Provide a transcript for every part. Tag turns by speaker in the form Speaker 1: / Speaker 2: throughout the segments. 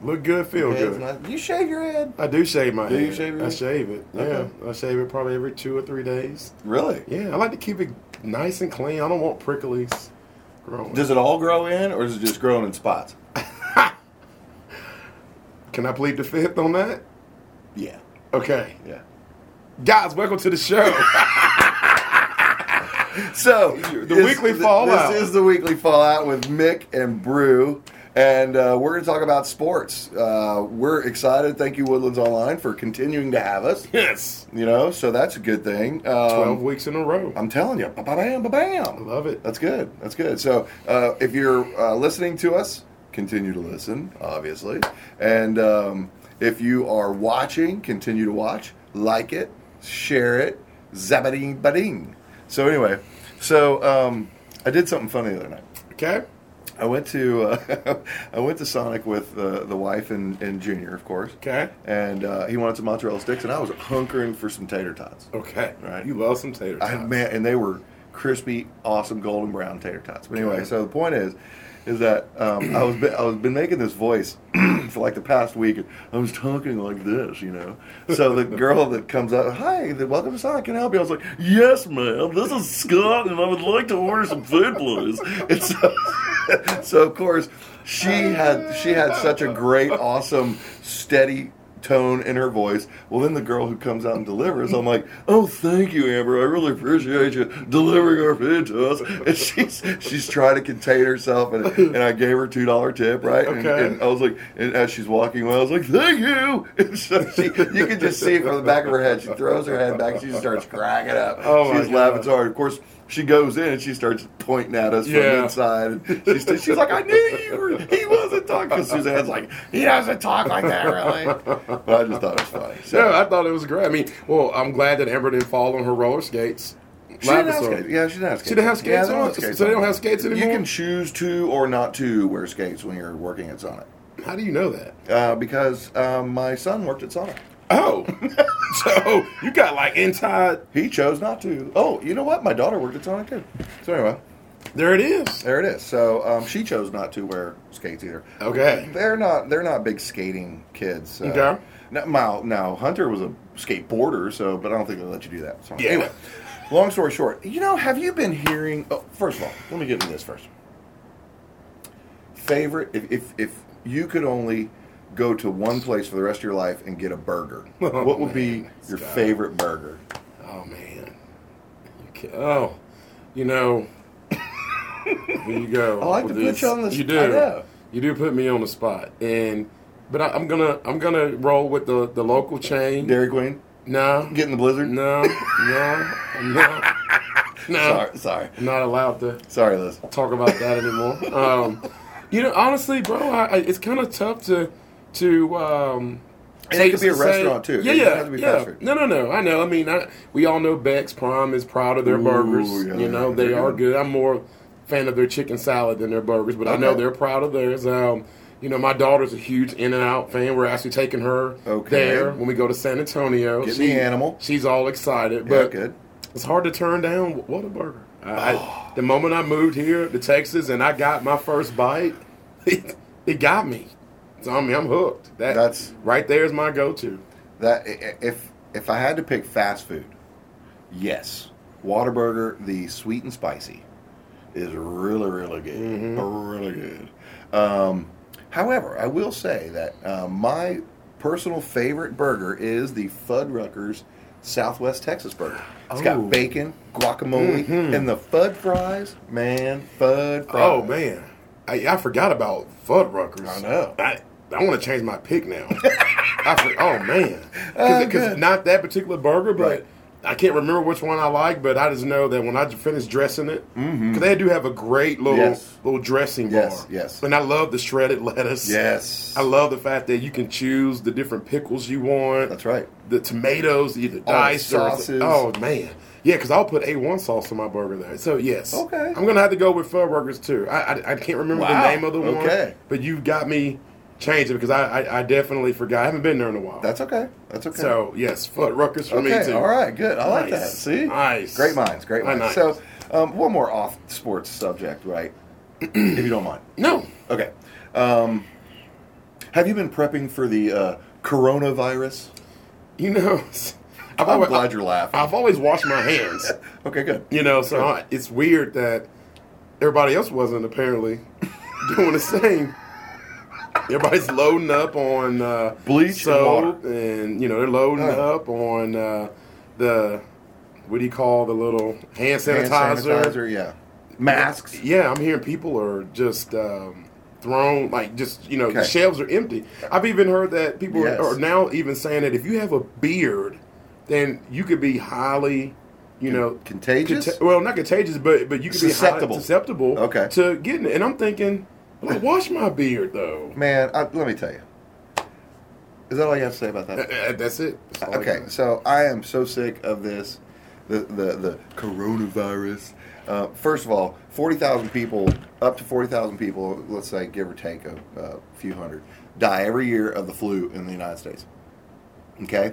Speaker 1: Look good, feel
Speaker 2: Head's
Speaker 1: good.
Speaker 2: nice. You shave your head?
Speaker 1: I do shave my
Speaker 2: Do you
Speaker 1: head.
Speaker 2: shave your
Speaker 1: I
Speaker 2: head?
Speaker 1: shave it. Yeah,
Speaker 2: Okay.
Speaker 1: I shave it probably every two or three days.
Speaker 2: Really?
Speaker 1: Yeah, I like to keep it nice and clean. I don't want pricklies growing.
Speaker 2: Does it all grow in, or is it just growing in spots?
Speaker 1: Can I plead the fifth on that?
Speaker 2: Yeah,
Speaker 1: Okay,
Speaker 2: yeah.
Speaker 1: guys, welcome to the show.
Speaker 2: So
Speaker 1: The weekly fallout.
Speaker 2: This is the weekly fallout with Mick and Brew, and uh, we're going to talk about sports. Uh, we're excited. Thank you, Woodlands Online, for continuing to have us.
Speaker 1: yes,
Speaker 2: You know, so that's a good thing. Um,
Speaker 1: twelve weeks in a row.
Speaker 2: I'm telling you, ba bam, ba
Speaker 1: I
Speaker 2: bam.
Speaker 1: love it.
Speaker 2: That's good. That's good. So uh, if you're uh, listening to us, continue to listen, obviously. And um, if you are watching, continue to watch, like it, share it, zabading bading. So anyway, so um, I did something funny the other night.
Speaker 1: Okay,
Speaker 2: I went to uh, I went to Sonic with uh, the wife and, and Junior, of course.
Speaker 1: okay,
Speaker 2: And uh, he wanted some mozzarella sticks, and I was hunkering for some tater tots.
Speaker 1: okay.
Speaker 2: Right.
Speaker 1: You love some tater tots.
Speaker 2: I man, and they were crispy, awesome, golden brown tater tots. But anyway,
Speaker 1: Okay.
Speaker 2: so the point is, is that um, I was been, I was been making this voice for like the past week, and I was talking like this, you know. So the girl that comes up, hi, the- welcome to Sonic, can I help you? I was like, yes, ma'am. This is Scott, and I would like to order some food, please. And so, so of course, she had she had such a great, awesome, steady tone in her voice. Well, then the girl who comes out and delivers, I'm like, oh, thank you, Amber. I really appreciate you delivering our food to us. And she's she's trying to contain herself, and, and I gave her two dollar tip, right? And-
Speaker 1: Okay.
Speaker 2: and I was like, and as she's walking away, I was like, thank you. And so she, you can just see it from the back of her head. She throws her head back. She just starts cracking up.
Speaker 1: Oh, my
Speaker 2: she's laughing
Speaker 1: God.
Speaker 2: so hard. Of course. She goes in and she starts pointing at us
Speaker 1: Yeah.
Speaker 2: from inside. And she's, she's like, I knew you were. He wasn't talking. Because Suzanne's like, he doesn't talk like that, really. But I just thought it was funny. So,
Speaker 1: yeah, I thought it was great. I mean, well, I'm glad that Amber didn't fall on her roller skates.
Speaker 2: she didn't have
Speaker 1: Labradoodle.
Speaker 2: skates. Yeah, she didn't have skates.
Speaker 1: She didn't have skates
Speaker 2: Yeah, they don't
Speaker 1: on?
Speaker 2: have skates
Speaker 1: So they don't
Speaker 2: on.
Speaker 1: have skates anymore?
Speaker 2: You can choose to or not to wear skates when you're working at Sonic.
Speaker 1: How do you know that?
Speaker 2: Uh, because um, my son worked at Sonic.
Speaker 1: Oh, so you got like inside.
Speaker 2: He chose not to. Oh, you know what? My daughter worked at Sonic too. So anyway,
Speaker 1: There it is.
Speaker 2: there it is. So um, she chose not to wear skates either.
Speaker 1: Okay.
Speaker 2: They're not. They're not big skating kids. So.
Speaker 1: Okay.
Speaker 2: Now, now, now, Hunter was a skateboarder, so but I don't think they let you do that. So
Speaker 1: Yeah.
Speaker 2: Anyway, long story short, you know, have you been hearing? Oh, first of all, let me get into this first. Favorite, if if, if you could only go to one place for the rest of your life and get a burger,
Speaker 1: Oh,
Speaker 2: what would be
Speaker 1: man,
Speaker 2: your
Speaker 1: Scott.
Speaker 2: favorite burger?
Speaker 1: Oh man. You ca- oh, you know. here you go.
Speaker 2: I like to
Speaker 1: with
Speaker 2: put
Speaker 1: this.
Speaker 2: you on the
Speaker 1: You
Speaker 2: sp-
Speaker 1: do.
Speaker 2: I know.
Speaker 1: You do put me on the spot, and but I, I'm gonna I'm gonna roll with the the local chain.
Speaker 2: Dairy Queen.
Speaker 1: No,
Speaker 2: Get in the blizzard.
Speaker 1: no, no, no, no.
Speaker 2: Sorry, sorry,
Speaker 1: I'm not allowed to
Speaker 2: sorry, Liz.
Speaker 1: talk about that anymore. um, you know, honestly, bro, I, I, it's kind of tough to to. Um,
Speaker 2: And it could be a
Speaker 1: to say-
Speaker 2: restaurant, too. It
Speaker 1: Yeah,
Speaker 2: doesn't
Speaker 1: yeah,
Speaker 2: have to be
Speaker 1: yeah.
Speaker 2: fast food.
Speaker 1: No, no, no. I know. I mean, I, we all know Beck's Prime is proud of their
Speaker 2: Ooh,
Speaker 1: burgers.
Speaker 2: yeah,
Speaker 1: you know,
Speaker 2: they're
Speaker 1: they are
Speaker 2: good.
Speaker 1: good. I'm more fan of their chicken salad than their burgers, but I know
Speaker 2: Okay.
Speaker 1: they're proud of theirs. Um, you know, my daughter's a huge In and Out fan. We're actually taking her
Speaker 2: Okay.
Speaker 1: there when we go to San Antonio.
Speaker 2: Get me animal.
Speaker 1: She's all excited,
Speaker 2: Yeah,
Speaker 1: but
Speaker 2: good.
Speaker 1: it's hard to turn down Whataburger. I,
Speaker 2: Oh.
Speaker 1: I, the moment I moved here to Texas and I got my first bite, it, it got me. So I mean, I'm hooked. That,
Speaker 2: That's-
Speaker 1: That's right there is my go-to.
Speaker 2: That i- i- if if I had to pick fast food, yes, Whataburger, the sweet and spicy, is really really good,
Speaker 1: Mm-hmm.
Speaker 2: really good. Um, however, I will say that uh, my personal favorite burger is the Fuddruckers Southwest Texas burger. It's
Speaker 1: Oh. Mm-hmm.
Speaker 2: got bacon, guacamole, and the Fud fries. Man, Fud fries.
Speaker 1: Oh man, I, I forgot about Fuddruckers.
Speaker 2: I know.
Speaker 1: I, I want to change my pick now. I for, oh man,
Speaker 2: Oh,
Speaker 1: because
Speaker 2: good.
Speaker 1: not that particular burger, but
Speaker 2: Right.
Speaker 1: I can't remember which one I like. But I just know that when I finished dressing it, because they do have a great little
Speaker 2: Mm-hmm. Yes.
Speaker 1: little dressing
Speaker 2: Yes,
Speaker 1: bar.
Speaker 2: yes.
Speaker 1: and I love the shredded lettuce.
Speaker 2: Yes,
Speaker 1: I love the fact that you can choose the different pickles you want.
Speaker 2: That's right.
Speaker 1: The tomatoes, either
Speaker 2: the
Speaker 1: diced or
Speaker 2: sauces.
Speaker 1: Oh man, yeah, because I'll put A1 sauce on my burger there. So yes,
Speaker 2: Okay.
Speaker 1: I'm gonna have to go with Fuddruckers too. I, I I can't remember
Speaker 2: Wow.
Speaker 1: the name of the one.
Speaker 2: Okay.
Speaker 1: but you've got me changing because I, I I definitely forgot. I haven't been there in a while.
Speaker 2: That's okay. That's okay.
Speaker 1: so yes, Fuddruckers for
Speaker 2: okay,
Speaker 1: me too.
Speaker 2: All right, good. I like that.
Speaker 1: Nice.
Speaker 2: See,
Speaker 1: Nice.
Speaker 2: great minds, great
Speaker 1: Very
Speaker 2: minds.
Speaker 1: nice.
Speaker 2: So, um, one more off sports subject, right? if you don't mind.
Speaker 1: No,
Speaker 2: Okay. Um, Have you been prepping for the uh, coronavirus?
Speaker 1: You know, I've
Speaker 2: I'm
Speaker 1: always,
Speaker 2: glad you're laughing.
Speaker 1: I've always washed my hands.
Speaker 2: okay, good.
Speaker 1: You know, so I, it's weird that everybody else wasn't apparently doing the same. Everybody's loading up on uh,
Speaker 2: Bleach and
Speaker 1: soap, and, you know they're loading
Speaker 2: Oh.
Speaker 1: up on uh, the what do you call the little hand
Speaker 2: Hand
Speaker 1: sanitizer?
Speaker 2: sanitizer, yeah. Masks.
Speaker 1: Yeah, I'm hearing people are just um, thrown like just you know the
Speaker 2: Okay.
Speaker 1: shelves are empty. I've even heard that people
Speaker 2: Yes.
Speaker 1: are now even saying that if you have a beard, then you could be highly, you know,
Speaker 2: Contagious?
Speaker 1: Conta- well, not contagious, but but you could
Speaker 2: Susceptible.
Speaker 1: be highly susceptible.
Speaker 2: Okay.
Speaker 1: To getting it, and I'm thinking, well, I wash my beard though.
Speaker 2: Man, I, let me tell you. Is that all you have to say about
Speaker 1: Uh,
Speaker 2: that?
Speaker 1: uh, That's it. That's all I
Speaker 2: Okay,
Speaker 1: got.
Speaker 2: so I am so sick of this, the the, the coronavirus. Uh, first of all, forty thousand people, up to forty thousand people, let's say give or take a, a few hundred, die every year of the flu in the United States. Okay,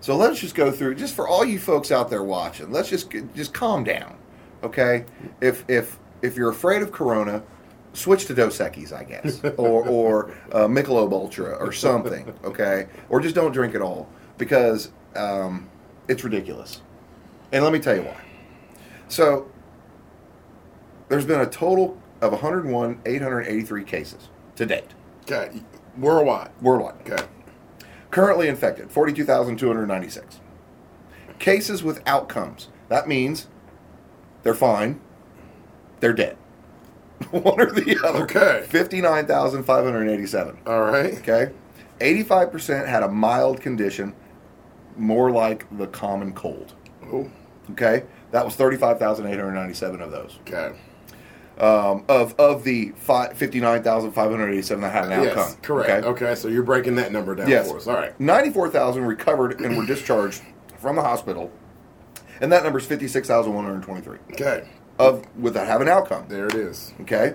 Speaker 2: so let's just go through just for all you folks out there watching. Let's just just calm down. Okay, if if if you're afraid of Corona, switch to Dos Equis, I guess, or or uh, Michelob Ultra or something. Okay, or just don't drink at all because um, it's ridiculous. And let me tell you why. So there's been a total of 101 883 cases to date
Speaker 1: Okay. Worldwide.
Speaker 2: worldwide
Speaker 1: Okay.
Speaker 2: currently infected 42,296 cases with outcomes that means they're fine they're dead one or the other
Speaker 1: Okay.
Speaker 2: 59,587
Speaker 1: All right.
Speaker 2: okay 85% had a mild condition more like the common cold
Speaker 1: Oh.
Speaker 2: okay that was 35,897 of those
Speaker 1: Okay.
Speaker 2: um, of of the fi- 59,587 that had an outcome
Speaker 1: Yes. Correct. Okay. So you're breaking that number down
Speaker 2: Yes.
Speaker 1: for us. All right.
Speaker 2: 94,000 recovered and were discharged from the hospital. And that number is 56,123
Speaker 1: Okay.
Speaker 2: of without having an outcome.
Speaker 1: There it is.
Speaker 2: Okay.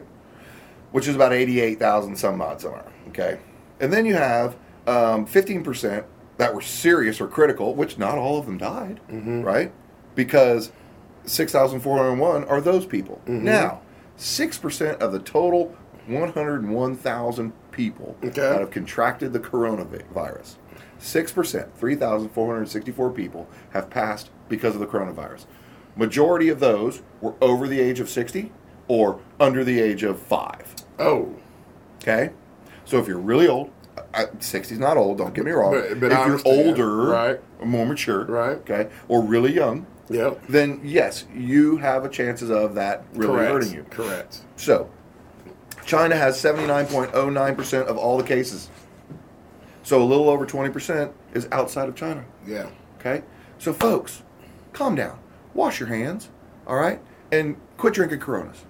Speaker 2: Which is about 88,000 some odd somewhere. Okay. And then you have um, 15% that were serious or critical, which not all of them died, right? Because 6,401 are those people. Now, 6% of the total 101,000 people
Speaker 1: Okay.
Speaker 2: that have contracted the coronavirus. 6%, 3,464 people have passed because of the coronavirus. Majority of those were over the age of 60 or under the age of 5.
Speaker 1: Oh.
Speaker 2: Okay? So if you're really old, I, I- 60's not old, don't get me wrong.
Speaker 1: But- but I
Speaker 2: if you're
Speaker 1: understand,
Speaker 2: older,
Speaker 1: right.
Speaker 2: more mature,
Speaker 1: Right.
Speaker 2: okay, or really young,
Speaker 1: Yep.
Speaker 2: then yes, you have a chances of that really
Speaker 1: Correct.
Speaker 2: hurting you.
Speaker 1: Correct.
Speaker 2: So, China has 79.09% of all the cases. So, a little over 20% is outside of China.
Speaker 1: Yeah.
Speaker 2: Okay? So, folks, calm down. Wash your hands, all right? And quit drinking Coronas.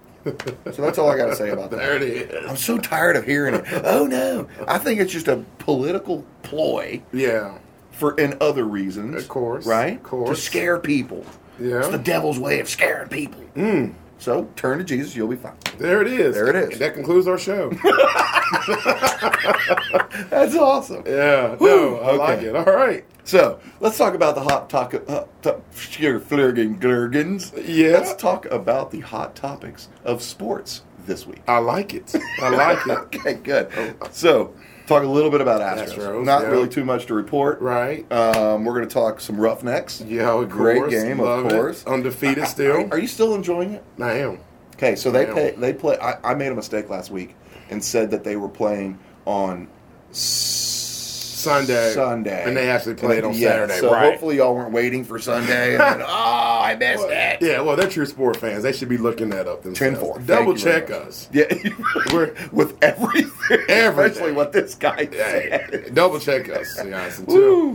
Speaker 2: So, that's all I got to say about
Speaker 1: There
Speaker 2: that.
Speaker 1: it is.
Speaker 2: I'm so tired of hearing it. Oh, no. I think it's just a political ploy
Speaker 1: Yeah.
Speaker 2: for and other reasons.
Speaker 1: Of course,
Speaker 2: Right?
Speaker 1: of course.
Speaker 2: To scare people.
Speaker 1: Yeah. Mm.
Speaker 2: It's the devil's way of scaring people. So, turn to Jesus, you'll be fine.
Speaker 1: There it is.
Speaker 2: There it is.
Speaker 1: That concludes our show.
Speaker 2: That's awesome.
Speaker 1: yeah.
Speaker 2: Whew,
Speaker 1: no, I like
Speaker 2: okay.
Speaker 1: it. All right.
Speaker 2: So let's talk about the hot taco. Hot to- sheer flirgen glurgens.
Speaker 1: Yeah.
Speaker 2: Let's talk about the hot topics of sports this week.
Speaker 1: I like it. I like it.
Speaker 2: Okay, good. So talk a little bit about
Speaker 1: Oh.
Speaker 2: Astros.
Speaker 1: Astros,
Speaker 2: Not
Speaker 1: yeah.
Speaker 2: really too much to report.
Speaker 1: Right.
Speaker 2: Um, we're going to talk some Roughnecks.
Speaker 1: Yeah, of
Speaker 2: Great
Speaker 1: course.
Speaker 2: game, of
Speaker 1: Love it.
Speaker 2: course.
Speaker 1: Undefeated still.
Speaker 2: Are you still enjoying it?
Speaker 1: I am.
Speaker 2: Okay, so they
Speaker 1: Yeah.
Speaker 2: pay, they play. I, I made a mistake last week and said that they were playing on Sunday. Sunday,
Speaker 1: And they actually played on Saturday,
Speaker 2: So
Speaker 1: right.
Speaker 2: hopefully y'all weren't waiting for Sunday. And then, oh, I missed it.
Speaker 1: Yeah, well, they're true sport fans. They should be looking that up themselves.
Speaker 2: 10-4. Thank
Speaker 1: Double
Speaker 2: you very
Speaker 1: check
Speaker 2: much.
Speaker 1: us.
Speaker 2: Yeah,
Speaker 1: We're
Speaker 2: with everything,
Speaker 1: Everything.
Speaker 2: especially what this guy said.
Speaker 1: hey, double check us. Guys, until
Speaker 2: Woo.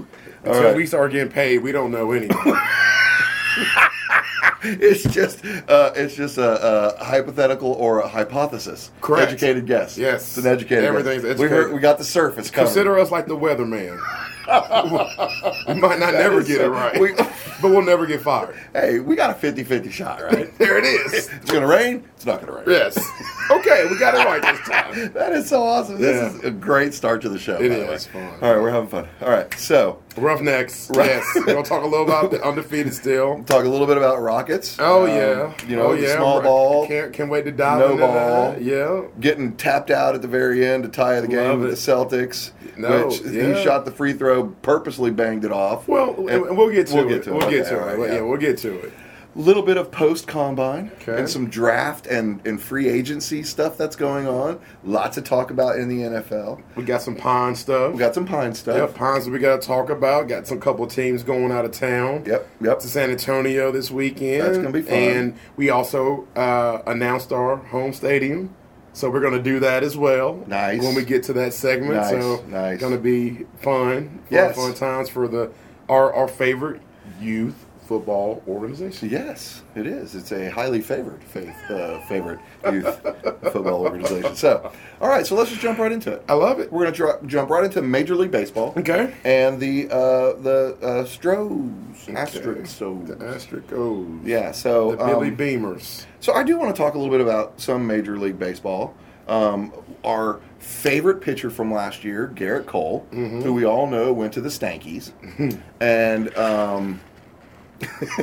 Speaker 2: All
Speaker 1: until
Speaker 2: right.
Speaker 1: we start getting paid, we don't know anything.
Speaker 2: It's just, uh, it's just a, a hypothetical or a hypothesis.
Speaker 1: Correct.
Speaker 2: Educated guess.
Speaker 1: Yes.
Speaker 2: it's an educated. guess.
Speaker 1: Everything's
Speaker 2: We,
Speaker 1: educated.
Speaker 2: heard, we got the surface covered.
Speaker 1: Consider us like the weatherman. we might not never
Speaker 2: is
Speaker 1: get it
Speaker 2: so-
Speaker 1: right,
Speaker 2: we-
Speaker 1: but we'll never get fired.
Speaker 2: hey, we got a 50-50 shot, right?
Speaker 1: There it is.
Speaker 2: it's gonna rain. It's not gonna rain.
Speaker 1: Yes. Okay, we got it right this time.
Speaker 2: That is so awesome. This
Speaker 1: Yeah.
Speaker 2: is a great start to the show.
Speaker 1: It
Speaker 2: by the way.
Speaker 1: is fun.
Speaker 2: All right, we're having fun. All right, so
Speaker 1: Roughnecks.
Speaker 2: Right.
Speaker 1: Yes. We're gonna talk a little about the undefeated still.
Speaker 2: Talk a little bit about rockets.
Speaker 1: Oh
Speaker 2: Um,
Speaker 1: yeah.
Speaker 2: you know
Speaker 1: oh,
Speaker 2: the
Speaker 1: yeah.
Speaker 2: small
Speaker 1: Right.
Speaker 2: ball.
Speaker 1: Can't can't wait to dive
Speaker 2: No
Speaker 1: into
Speaker 2: ball.
Speaker 1: that. Yeah.
Speaker 2: Getting tapped out at the very end to tie the game
Speaker 1: Love
Speaker 2: with
Speaker 1: it.
Speaker 2: the Celtics,
Speaker 1: No,
Speaker 2: which
Speaker 1: yeah.
Speaker 2: he shot the free throw, purposely banged it off.
Speaker 1: Well,
Speaker 2: And
Speaker 1: and we'll get to
Speaker 2: we'll
Speaker 1: it.
Speaker 2: Get to
Speaker 1: we'll
Speaker 2: it.
Speaker 1: get
Speaker 2: Okay,
Speaker 1: to
Speaker 2: all
Speaker 1: it.
Speaker 2: right,
Speaker 1: yeah.
Speaker 2: yeah.
Speaker 1: we'll get to it.
Speaker 2: little bit of post combine
Speaker 1: Okay.
Speaker 2: and some draft and, and free agency stuff that's going on. Lots of talk about in the NFL.
Speaker 1: We got some pond stuff.
Speaker 2: We got some pine stuff.
Speaker 1: Yep, ponds we got to talk about. Got some couple teams going out of town.
Speaker 2: Yep, yep.
Speaker 1: To San Antonio this weekend.
Speaker 2: That's gonna be fun.
Speaker 1: And we also uh, announced our home stadium, so we're gonna do that as well.
Speaker 2: Nice.
Speaker 1: When we get to that segment,
Speaker 2: Nice,
Speaker 1: so
Speaker 2: nice.
Speaker 1: Gonna be fun. fun
Speaker 2: Yes.
Speaker 1: Fun times for the our our favorite youth football organization.
Speaker 2: Yes, it is. It's a highly favored faith, uh, favorite youth football organization. So, all right, so let's just jump right into it.
Speaker 1: I love it.
Speaker 2: We're going to dr- jump right into Major League Baseball.
Speaker 1: Okay.
Speaker 2: And the uh, the uh, Stros,
Speaker 1: Okay. The
Speaker 2: Astros.
Speaker 1: asterisk O's.
Speaker 2: Yeah, so
Speaker 1: The Billy
Speaker 2: um,
Speaker 1: Beamers.
Speaker 2: So I do want to talk a little bit about some Major League Baseball. Um, our favorite pitcher from last year, Garrett Cole, who we all know went to the Stankies, and um,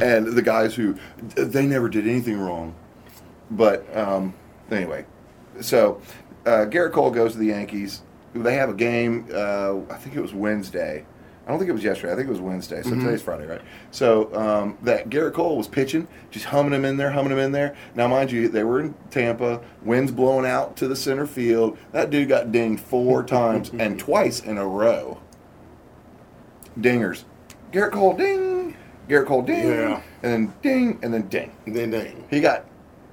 Speaker 2: and the guys who they never did anything wrong, but um, anyway, so uh, Garrett Cole goes to the Yankees. They have a game. Uh, I think it was Wednesday. I don't think it was yesterday. I think it was Wednesday. So today's Friday, right? So um, that Garrett Cole was pitching, just humming him in there, humming him in there. Now, mind you, they were in Tampa. Winds blowing out to the center field. That dude got dinged four times and twice in a row. Dingers. Garrett Cole, ding. Garrett Cole, ding.
Speaker 1: Yeah.
Speaker 2: And then ding, and then ding.
Speaker 1: Then name.
Speaker 2: He got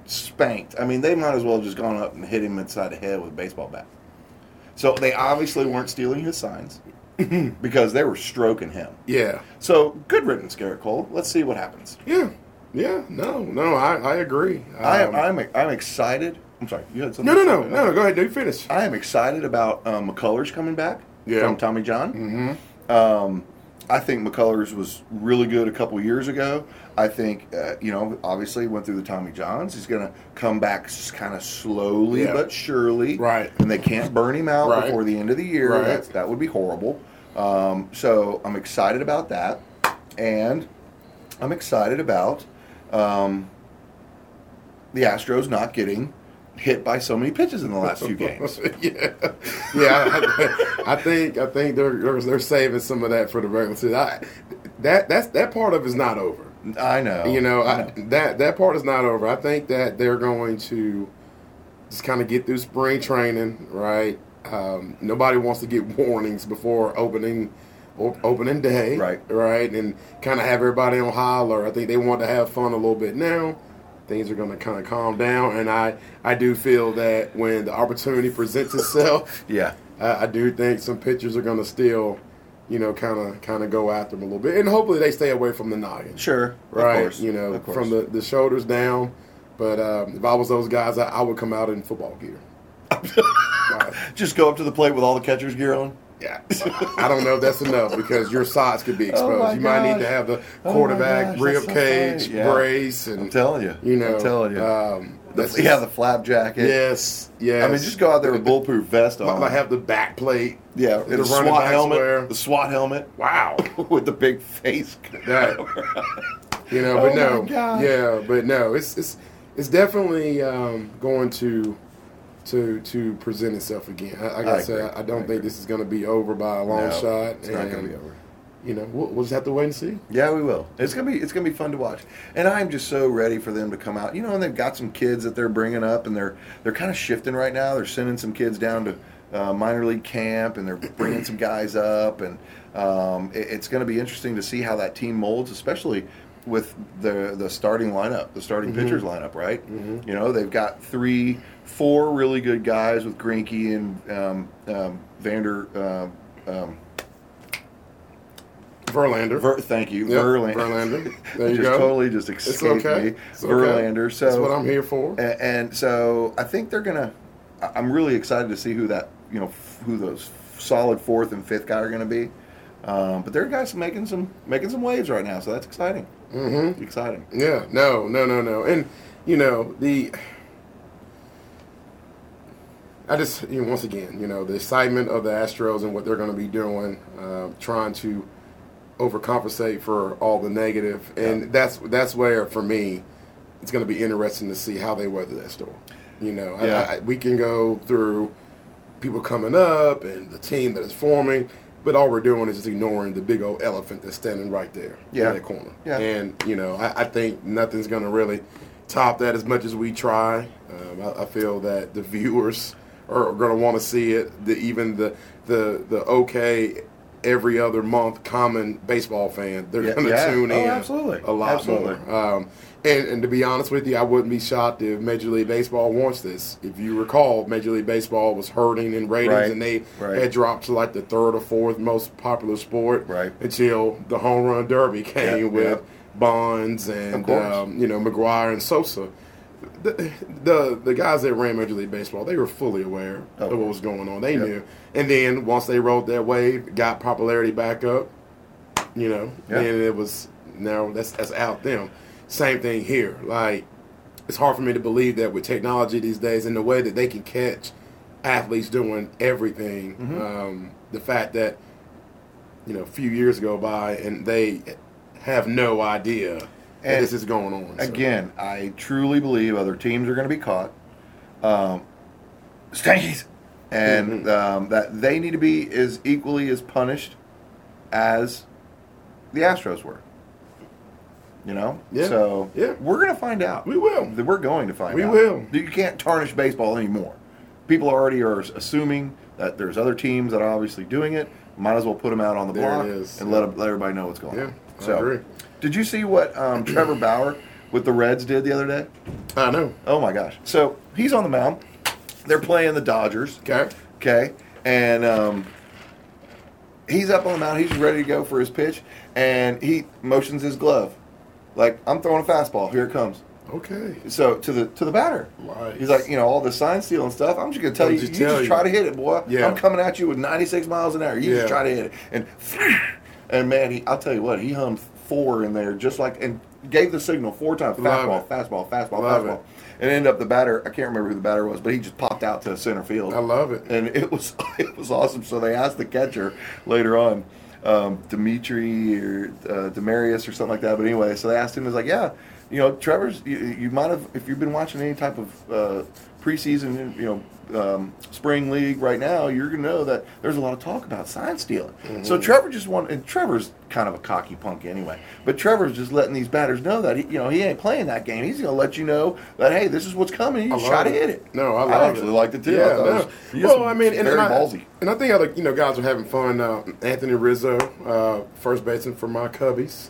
Speaker 2: spanked. I mean, they might as well just gone up and hit him inside the head with a baseball bat. So they obviously weren't stealing his signs because they were stroking him.
Speaker 1: Yeah.
Speaker 2: So good riddance, Garrett Cole. Let's see what happens.
Speaker 1: Yeah. Yeah. No. No. I, I agree.
Speaker 2: I am,
Speaker 1: Um,
Speaker 2: I'm I'm excited. I'm sorry, you had something.
Speaker 1: No, no, no, no, no. Go ahead. Do you finish?
Speaker 2: I am excited about um, McCullers coming back
Speaker 1: Yeah. Mm-hmm.
Speaker 2: from Tommy John. Um, I think McCullers was really good a couple years ago. I think, uh, you know, obviously went through the Tommy Johns. He's going to come back kind of slowly
Speaker 1: Yeah.
Speaker 2: but surely.
Speaker 1: Right.
Speaker 2: And they can't burn him out
Speaker 1: Right.
Speaker 2: before the end of the year.
Speaker 1: Right.
Speaker 2: That's, that would be horrible. Um, so I'm excited about that. And I'm excited about um, the Astros not getting hit by so many pitches in the last few games.
Speaker 1: yeah, yeah. I, I think I think they're, they're they're saving some of that for the regular season. I, that that's that part of it's not over.
Speaker 2: I know.
Speaker 1: You know,
Speaker 2: I
Speaker 1: I, that that part is not over. I think that they're going to just kind of get through spring training, right? Um, nobody wants to get warnings before opening o- opening day,
Speaker 2: Right.
Speaker 1: Right, and kind of have everybody on high alert. I think they want to have fun a little bit now. Things are going to kind of calm down, and I I do feel that when the opportunity presents itself,
Speaker 2: Yeah.
Speaker 1: I, I do think some pitchers are going to still, you know, kind of kind of go after them a little bit, and hopefully they stay away from the noggin
Speaker 2: Sure.
Speaker 1: right?
Speaker 2: Of course.
Speaker 1: You know,
Speaker 2: Of course.
Speaker 1: from the, the shoulders down. But um, if I was those guys, I, I would come out in football gear. Uh,
Speaker 2: just go up to the plate with all the catcher's gear on.
Speaker 1: yeah, I don't know if that's enough because your sides could be exposed.
Speaker 2: Oh my
Speaker 1: you might need
Speaker 2: gosh.
Speaker 1: to have the
Speaker 2: Oh my
Speaker 1: quarterback
Speaker 2: gosh,
Speaker 1: rib
Speaker 2: that's so
Speaker 1: cage
Speaker 2: funny. Yeah.
Speaker 1: brace, and
Speaker 2: I'm telling you.
Speaker 1: you know,
Speaker 2: I'm telling you.
Speaker 1: Um,
Speaker 2: The-
Speaker 1: that's
Speaker 2: yeah, the flap jacket.
Speaker 1: yes, yes.
Speaker 2: I mean, just go out there with a bulletproof vest on.
Speaker 1: I have the back plate.
Speaker 2: yeah,
Speaker 1: the
Speaker 2: and a
Speaker 1: running
Speaker 2: SWAT
Speaker 1: backs
Speaker 2: helmet.
Speaker 1: wear.
Speaker 2: The SWAT helmet
Speaker 1: Wow,
Speaker 2: with the big face.
Speaker 1: that you know,
Speaker 2: Oh
Speaker 1: but
Speaker 2: my
Speaker 1: no,
Speaker 2: gosh.
Speaker 1: yeah, but no, it's it's it's definitely um, going to to to present itself again. I, like I,
Speaker 2: I
Speaker 1: said,
Speaker 2: agree.
Speaker 1: I don't
Speaker 2: I
Speaker 1: think this is going to be over by a long
Speaker 2: No,
Speaker 1: shot.
Speaker 2: It's not going
Speaker 1: and,
Speaker 2: to be over.
Speaker 1: You know, we'll, we'll just have to wait and see.
Speaker 2: Yeah, we will. It's gonna be it's gonna be fun to watch, and I'm just so ready for them to come out. You know, and they've got some kids that they're bringing up, and they're they're kind of shifting right now. They're sending some kids down to uh, minor league camp, and they're bringing some guys up, and um, it- it's gonna be interesting to see how that team molds, especially with the the starting lineup, the starting pitchers lineup, right? You know, they've got three, four really good guys with Grinky and um, um, Vander. Um, um,
Speaker 1: Verlander,
Speaker 2: Ver, thank you,
Speaker 1: Yep,
Speaker 2: Verlander.
Speaker 1: Verlander. There you
Speaker 2: just
Speaker 1: go.
Speaker 2: totally just
Speaker 1: it's
Speaker 2: escaped
Speaker 1: okay.
Speaker 2: me.
Speaker 1: It's okay.
Speaker 2: Verlander. So
Speaker 1: that's what I'm here for.
Speaker 2: a- And, so I think they're gonna. I- I'm really excited to see who that you know f- who those solid fourth and fifth guy are gonna be. Um, but there are guys making some making some waves right now, so that's exciting. Mm-hmm. Exciting.
Speaker 1: Yeah, no, no, no, no, and you know the I just you know, once again, you know, the excitement of the Astros and what they're going to be doing, uh, trying to overcompensate for all the negative, and that's that's where for me, it's going to be interesting to see how they weather that storm. You know, I-
Speaker 2: Yeah.
Speaker 1: I, we can go through people coming up and the team that is forming, but all we're doing is just ignoring the big old elephant that's standing right there
Speaker 2: Yeah.
Speaker 1: in that corner.
Speaker 2: Yeah.
Speaker 1: And you know, I, I think nothing's going to really top that as much as we try. Um, I, I feel that the viewers are going to want to see it. The, even the the the okay every other month common baseball fan, they're
Speaker 2: Yeah,
Speaker 1: going to
Speaker 2: yeah.
Speaker 1: tune
Speaker 2: Oh,
Speaker 1: in
Speaker 2: absolutely.
Speaker 1: a lot
Speaker 2: Absolutely.
Speaker 1: more. Um, and, and to be honest with you, I wouldn't be shocked if Major League Baseball wants this. If you recall, Major League Baseball was hurting in ratings,
Speaker 2: Right,
Speaker 1: and they
Speaker 2: right.
Speaker 1: had dropped to like the third or fourth most popular sport
Speaker 2: Right.
Speaker 1: until the home run derby came
Speaker 2: Yeah,
Speaker 1: with
Speaker 2: yeah.
Speaker 1: Bonds
Speaker 2: Of
Speaker 1: and
Speaker 2: course.
Speaker 1: um, you know McGuire and Sosa. The, the the guys that ran Major League Baseball, they were fully aware
Speaker 2: Oh.
Speaker 1: of what was going on. They
Speaker 2: Yep.
Speaker 1: knew. And then once they rode their wave, got popularity back up, you know,
Speaker 2: Yeah.
Speaker 1: then it was now that's that's out them. Same thing here. Like it's hard for me to believe that with technology these days and the way that they can catch athletes doing everything,
Speaker 2: Mm-hmm.
Speaker 1: um, the fact that you know a few years go by and they have no idea that
Speaker 2: And
Speaker 1: this is going on. so.
Speaker 2: Again, I truly believe other teams are going to be caught. Um, Stankies! And
Speaker 1: Mm-hmm.
Speaker 2: um, that they need to be as equally as punished as the Astros were. You know?
Speaker 1: Yeah.
Speaker 2: So
Speaker 1: Yeah.
Speaker 2: we're going to find out.
Speaker 1: we will.
Speaker 2: That We're going to find
Speaker 1: We
Speaker 2: out.
Speaker 1: will.
Speaker 2: You can't tarnish baseball anymore. People already are assuming that there's other teams that are obviously doing it. Might as well put them out on the
Speaker 1: There it
Speaker 2: block
Speaker 1: is.
Speaker 2: and let, 'em- let everybody know what's going
Speaker 1: Yeah,
Speaker 2: on.
Speaker 1: I agree.
Speaker 2: Did you see what um, Trevor Bauer with the Reds did the other day?
Speaker 1: I know.
Speaker 2: Oh my gosh. So he's on the mound. They're playing the Dodgers.
Speaker 1: Okay.
Speaker 2: Okay. And um, he's up on the mound. He's ready to go for his pitch. And he motions his glove. Like, I'm throwing a fastball. Here it comes.
Speaker 1: Okay.
Speaker 2: So to the to the batter,
Speaker 1: Nice.
Speaker 2: he's like, you know, all the sign steal and stuff. I'm just gonna tell
Speaker 1: I'm
Speaker 2: you,
Speaker 1: just
Speaker 2: you
Speaker 1: tell
Speaker 2: just
Speaker 1: you.
Speaker 2: try to hit it, boy.
Speaker 1: Yeah.
Speaker 2: I'm coming at you with 96 miles an hour. You
Speaker 1: Yeah.
Speaker 2: just try to hit it, and and man, he, I'll tell you what, he hummed four in there, just like and gave the signal four times,
Speaker 1: Love
Speaker 2: fastball,
Speaker 1: it.
Speaker 2: fastball, fastball,
Speaker 1: Love
Speaker 2: fastball,
Speaker 1: it.
Speaker 2: and ended up the batter. I can't remember who the batter was, but he just popped out to center field.
Speaker 1: I love it.
Speaker 2: and it was it was awesome. So they asked the catcher later on. Um, Dimitri or uh, Demarius or something like that. But anyway, so they asked him, "Is like, yeah, you know, Trevor's. You, you might have if you've been watching any type of uh, preseason, you know, um, spring league right now, you're gonna know that there's a lot of talk about sign stealing. So Trevor just wanted, and Trevor's kind of a cocky punk anyway. But Trevor's just letting these batters know that he, you know he ain't playing that game. He's gonna let you know that hey, this is what's coming.
Speaker 1: I
Speaker 2: You
Speaker 1: love
Speaker 2: try to
Speaker 1: it.
Speaker 2: hit it.
Speaker 1: No, I,
Speaker 2: I
Speaker 1: love
Speaker 2: actually
Speaker 1: it.
Speaker 2: liked it too. I
Speaker 1: Yeah,
Speaker 2: thought it was-
Speaker 1: no.
Speaker 2: he was
Speaker 1: well, I mean, and,
Speaker 2: very
Speaker 1: and I,
Speaker 2: ballsy.
Speaker 1: and I think other you know guys were having fun. Uh, Anthony Rizzo, uh, first baseman for my Cubbies.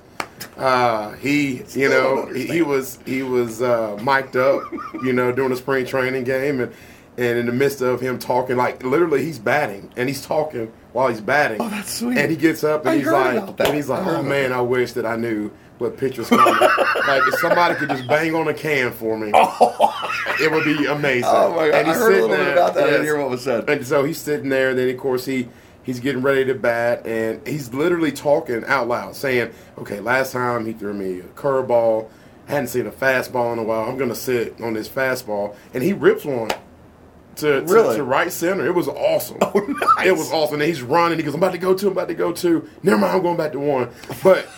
Speaker 1: Uh, he, you
Speaker 2: Still
Speaker 1: know,
Speaker 2: don't
Speaker 1: he, he
Speaker 2: understand.
Speaker 1: was he was uh, mic'd up, you know, during the spring training game, and and in the midst of him talking, like literally he's batting and he's talking while he's batting.
Speaker 2: Oh, that's sweet.
Speaker 1: And he gets up and
Speaker 2: I
Speaker 1: he's
Speaker 2: heard
Speaker 1: like,
Speaker 2: about that.
Speaker 1: and he's
Speaker 2: I
Speaker 1: like,
Speaker 2: heard
Speaker 1: oh
Speaker 2: about
Speaker 1: man, I wish that I knew what pitch was coming. like if somebody could just bang on a can for me, it would be amazing.
Speaker 2: Oh my god!
Speaker 1: And
Speaker 2: I
Speaker 1: he's
Speaker 2: heard a
Speaker 1: sitting
Speaker 2: little bit
Speaker 1: there,
Speaker 2: about that. I didn't
Speaker 1: yes.
Speaker 2: hear what was said.
Speaker 1: And so he's sitting there, and then of course he he's getting ready to bat, and he's literally talking out loud, saying, "Okay, last time he threw me a curveball, hadn't seen a fastball in a while. I'm gonna sit on this fastball," and he rips one. To, to,
Speaker 2: Really?
Speaker 1: to right center, it was awesome. Oh,
Speaker 2: nice.
Speaker 1: It was awesome. And he's running. He goes, "I'm about to go two. I'm about to go two. Never mind. I'm going back to one." But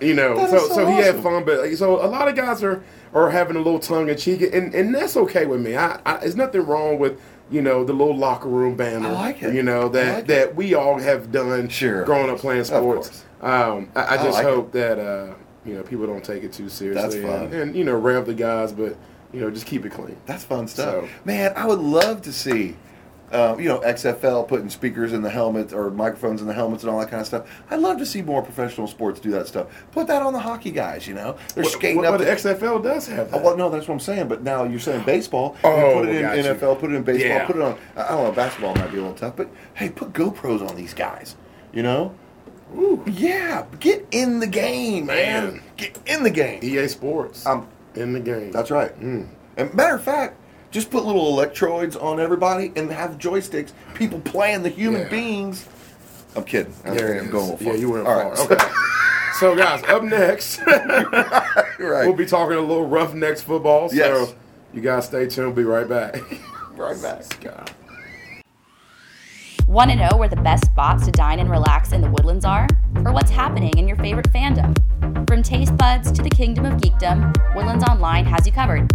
Speaker 1: you know,
Speaker 2: That
Speaker 1: so,
Speaker 2: is
Speaker 1: so
Speaker 2: so
Speaker 1: he had
Speaker 2: awesome.
Speaker 1: fun fun, but like, so a lot of guys are are having a little tongue in cheek, and and that's okay with me. I, I there's nothing wrong with you know the little locker room banner.
Speaker 2: I like it.
Speaker 1: You know that
Speaker 2: I like it.
Speaker 1: that we all have done.
Speaker 2: Sure.
Speaker 1: growing up playing sports. Um, I, I just
Speaker 2: like
Speaker 1: hope that uh, you know people don't take it too seriously,
Speaker 2: fun.
Speaker 1: And, and you know rev the guys, but you know just keep it clean.
Speaker 2: That's fun stuff,
Speaker 1: So-
Speaker 2: man. I would love to see, uh, you know, XFL putting speakers in the helmets or microphones in the helmets and all that kind of stuff. I'd love to see more professional sports do that stuff. Put that on the hockey guys. You know, they're skating
Speaker 1: what,
Speaker 2: up.
Speaker 1: what
Speaker 2: the-
Speaker 1: the XFL does have.
Speaker 2: Oh,
Speaker 1: That.
Speaker 2: well, no, that's what I'm saying. But now you're saying baseball.
Speaker 1: Oh,
Speaker 2: you put it
Speaker 1: got you.
Speaker 2: in NFL. Put it in baseball.
Speaker 1: Yeah.
Speaker 2: Put it on. I I don't know. Basketball might be a little tough, but hey, put GoPros on these guys. You know.
Speaker 1: Ooh.
Speaker 2: Yeah, get in the game, man.
Speaker 1: Man.
Speaker 2: Get in the game.
Speaker 1: EA E Sports
Speaker 2: Um,
Speaker 1: in the game.
Speaker 2: That's right.
Speaker 1: Hmm.
Speaker 2: And matter of fact, just put little electrodes on everybody and have joysticks. People playing the human
Speaker 1: Yeah.
Speaker 2: beings. I'm kidding. I'm,
Speaker 1: There it
Speaker 2: I'm
Speaker 1: is.
Speaker 2: going.
Speaker 1: Yeah, you went
Speaker 2: All
Speaker 1: far.
Speaker 2: right.
Speaker 1: Okay. so guys, up next.
Speaker 2: right.
Speaker 1: We'll be talking a little rough next football. So
Speaker 2: Yes.
Speaker 1: you guys stay tuned. Be right back.
Speaker 2: right back.
Speaker 1: God.
Speaker 3: Want to know where the best spots to dine and relax in the woodlands are? Or what's happening in your favorite fandom? From taste buds to the kingdom of geekdom, Woodlands Online has you covered.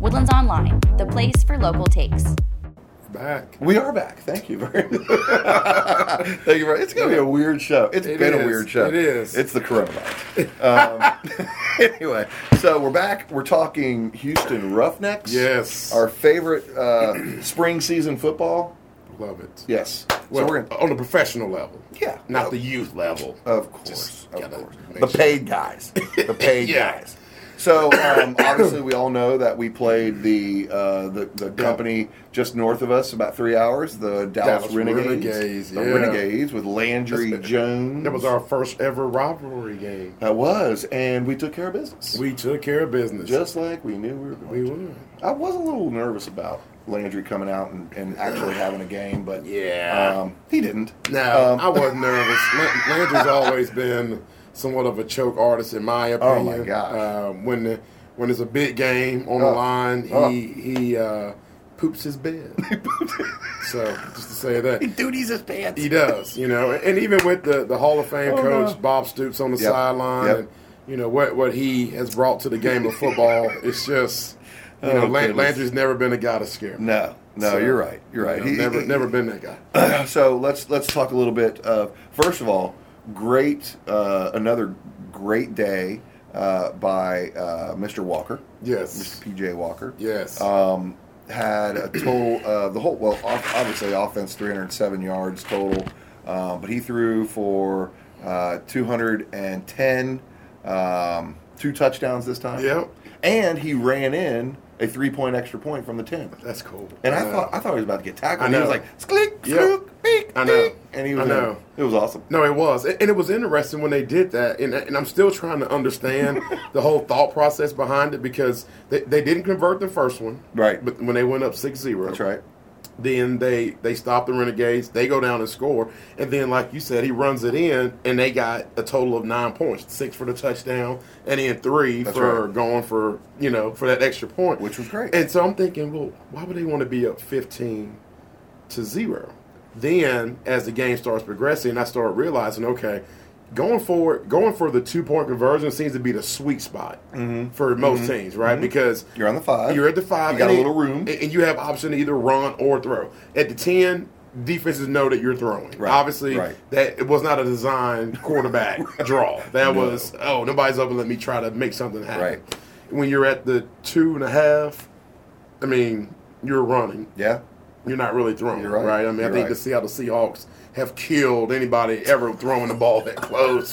Speaker 3: Woodlands Online, the place for local takes.
Speaker 1: Back.
Speaker 2: We are back. Thank you very much. Thank you very It's going to be a weird show. It's
Speaker 1: It
Speaker 2: been
Speaker 1: is.
Speaker 2: a weird show.
Speaker 1: It is.
Speaker 2: It's the coronavirus. um, anyway, so we're back. We're talking Houston Roughnecks.
Speaker 1: Yes.
Speaker 2: Our favorite uh, spring season football.
Speaker 1: Love it.
Speaker 2: Yes.
Speaker 1: Well,
Speaker 2: so we're gonna,
Speaker 1: on the professional level.
Speaker 2: Yeah. Uh,
Speaker 1: Not the youth level.
Speaker 2: of course.
Speaker 1: Just
Speaker 2: Of
Speaker 1: gotta
Speaker 2: course.
Speaker 1: make
Speaker 2: The
Speaker 1: sure.
Speaker 2: paid guys. The paid
Speaker 1: Yeah.
Speaker 2: guys. So um, obviously, we all know that we played the uh, the, the company just north of us, about three hours. The Dallas,
Speaker 1: Dallas
Speaker 2: Renegades,
Speaker 1: Renegades,
Speaker 2: the
Speaker 1: yeah.
Speaker 2: Renegades with Landry Jones.
Speaker 1: That was our first ever rivalry game.
Speaker 2: That was, and we took care of business.
Speaker 1: We took care of business.
Speaker 2: just like we knew we were going.
Speaker 1: we
Speaker 2: to.
Speaker 1: would.
Speaker 2: I was a little nervous about Landry coming out and, and actually having a game, but
Speaker 1: Yeah.
Speaker 2: um, he didn't.
Speaker 1: No,
Speaker 2: Um,
Speaker 1: I wasn't nervous. Lan- Landry's always been somewhat of a choke artist, in my
Speaker 2: Oh,
Speaker 1: opinion.
Speaker 2: my gosh.
Speaker 1: Um, when the, when there's a big game on the
Speaker 2: Oh.
Speaker 1: line, he
Speaker 2: Oh.
Speaker 1: he uh, poops his bed. so just to say that.
Speaker 2: dude, he's his pants.
Speaker 1: He does, you know, and even with the, the Hall of Fame
Speaker 2: Oh,
Speaker 1: coach
Speaker 2: no.
Speaker 1: Bob Stoops on the
Speaker 2: Yep.
Speaker 1: sideline,
Speaker 2: Yep.
Speaker 1: and you know what what he has brought to the game of football, it's just you know
Speaker 2: Oh,
Speaker 1: Lan-
Speaker 2: goodness.
Speaker 1: Landry's never been a guy to scare. me.
Speaker 2: No, no,
Speaker 1: So,
Speaker 2: you're right. You're right.
Speaker 1: you know,
Speaker 2: He-
Speaker 1: never
Speaker 2: he-
Speaker 1: never been that guy.
Speaker 2: so let's let's talk a little bit of first of all, great uh, another great day uh, by uh, Mr. Walker,
Speaker 1: Yes,
Speaker 2: PJ Walker.
Speaker 1: yes.
Speaker 2: um, had a total of the whole well off, obviously offense 307 yards total uh, but he threw for uh, 210 um, two touchdowns this time
Speaker 1: Yep.
Speaker 2: and he ran in a three-point extra point from the 10
Speaker 1: That's cool. Uh,
Speaker 2: and I
Speaker 1: know.
Speaker 2: thought Uh, I thought he was about to get tackled.
Speaker 1: I
Speaker 2: He was
Speaker 1: know.
Speaker 2: like, "Sklick,
Speaker 1: Yep.
Speaker 2: sklook, beak,
Speaker 1: I know.
Speaker 2: beak," and he was.
Speaker 1: I
Speaker 2: in.
Speaker 1: know.
Speaker 2: It was awesome.
Speaker 1: No, it was, and and it was interesting when they did that, and and I'm still trying to understand the whole thought process behind it because they, they didn't convert the first one,
Speaker 2: Right.
Speaker 1: But when they went up 6-0.
Speaker 2: That's right.
Speaker 1: Then they they stop the Renegades. They go down and score, and then like you said, he runs it in, and they got a total of nine points: six for the touchdown, and then three
Speaker 2: That's
Speaker 1: for
Speaker 2: right.
Speaker 1: going for you know for that extra point,
Speaker 2: Which was great.
Speaker 1: And so I'm thinking, well, why would they want to be up 15 to zero? Then as the game starts progressing, I start realizing, okay. Going forward, going for the two point conversion seems to be the sweet spot for most teams, right? Because
Speaker 2: Mm-hmm. You're on the five.
Speaker 1: you're at the five.
Speaker 2: You
Speaker 1: and
Speaker 2: got a
Speaker 1: it-
Speaker 2: little room.
Speaker 1: and and you have option to either run or throw. At the ten, defenses know that you're throwing.
Speaker 2: Right,
Speaker 1: Obviously,
Speaker 2: right.
Speaker 1: that it was not a designed quarterback draw. That
Speaker 2: No.
Speaker 1: was oh nobody's up and let me try to make something happen.
Speaker 2: Right.
Speaker 1: When you're at the two and a half, I mean you're running.
Speaker 2: yeah.
Speaker 1: You're not really throwing,
Speaker 2: You're
Speaker 1: right.
Speaker 2: right.
Speaker 1: I mean, I
Speaker 2: You're
Speaker 1: think
Speaker 2: right.
Speaker 1: the Seattle Seahawks have killed anybody ever throwing the ball that close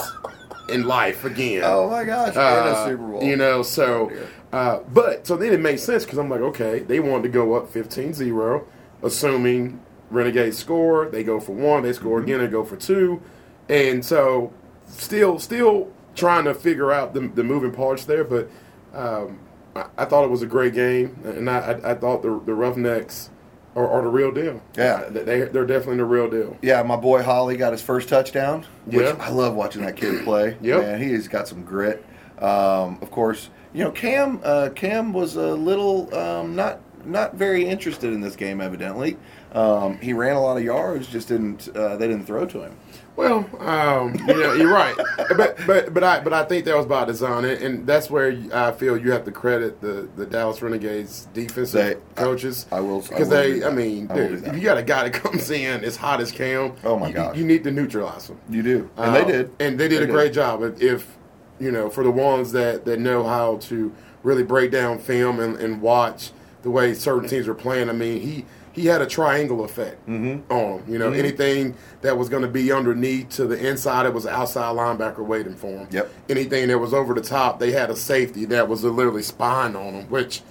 Speaker 1: in life again.
Speaker 2: Oh my gosh!
Speaker 1: Uh,
Speaker 2: and a Super Bowl.
Speaker 1: You know,
Speaker 2: Oh,
Speaker 1: so,
Speaker 2: dear.
Speaker 1: uh, but, so then it made sense because I'm like, okay, they wanted to go up 15 0, assuming Renegades score. They go for one, they score
Speaker 2: Mm-hmm.
Speaker 1: again, they go for two. And so, still, still trying to figure out the, the moving parts there, but um, I, I thought it was a great game. And I, I, I thought the, the Roughnecks are, are the real deal.
Speaker 2: Yeah.
Speaker 1: Uh, They, they're definitely the real deal.
Speaker 2: Yeah, my boy Holly got his first touchdown. Which
Speaker 1: Yeah.
Speaker 2: I love watching that kid play.
Speaker 1: Yep.
Speaker 2: Man, he's got some grit. Um, of course, you know Cam. Uh, Cam was a little um, not not very interested in this game. Evidently, um, he ran a lot of yards. Just didn't. Uh, they didn't throw to him.
Speaker 1: Well, um, you know, you're right, but but but I but I think that was by design, and, and that's where I feel you have to credit the, the Dallas Renegades defensive
Speaker 2: They- I-
Speaker 1: coaches.
Speaker 2: I will- I
Speaker 1: because
Speaker 2: will do
Speaker 1: they,
Speaker 2: that.
Speaker 1: I mean,
Speaker 2: I will do
Speaker 1: dude,
Speaker 2: that.
Speaker 1: if you got a guy that comes in as hot as Cam,
Speaker 2: Oh my
Speaker 1: you-
Speaker 2: gosh.
Speaker 1: you, need to neutralize him.
Speaker 2: You do, and they
Speaker 1: Um,
Speaker 2: did,
Speaker 1: and they did a great job. If, if you know, for the ones that that know how to really break down film and, and watch the way certain teams are playing, I mean, he he had a triangle effect
Speaker 2: Mm-hmm.
Speaker 1: on him. You know, anything that was going to be underneath to the inside, it was an outside linebacker waiting for him.
Speaker 2: Yep.
Speaker 1: Anything that was over the top, they had a safety that was literally spying on him, which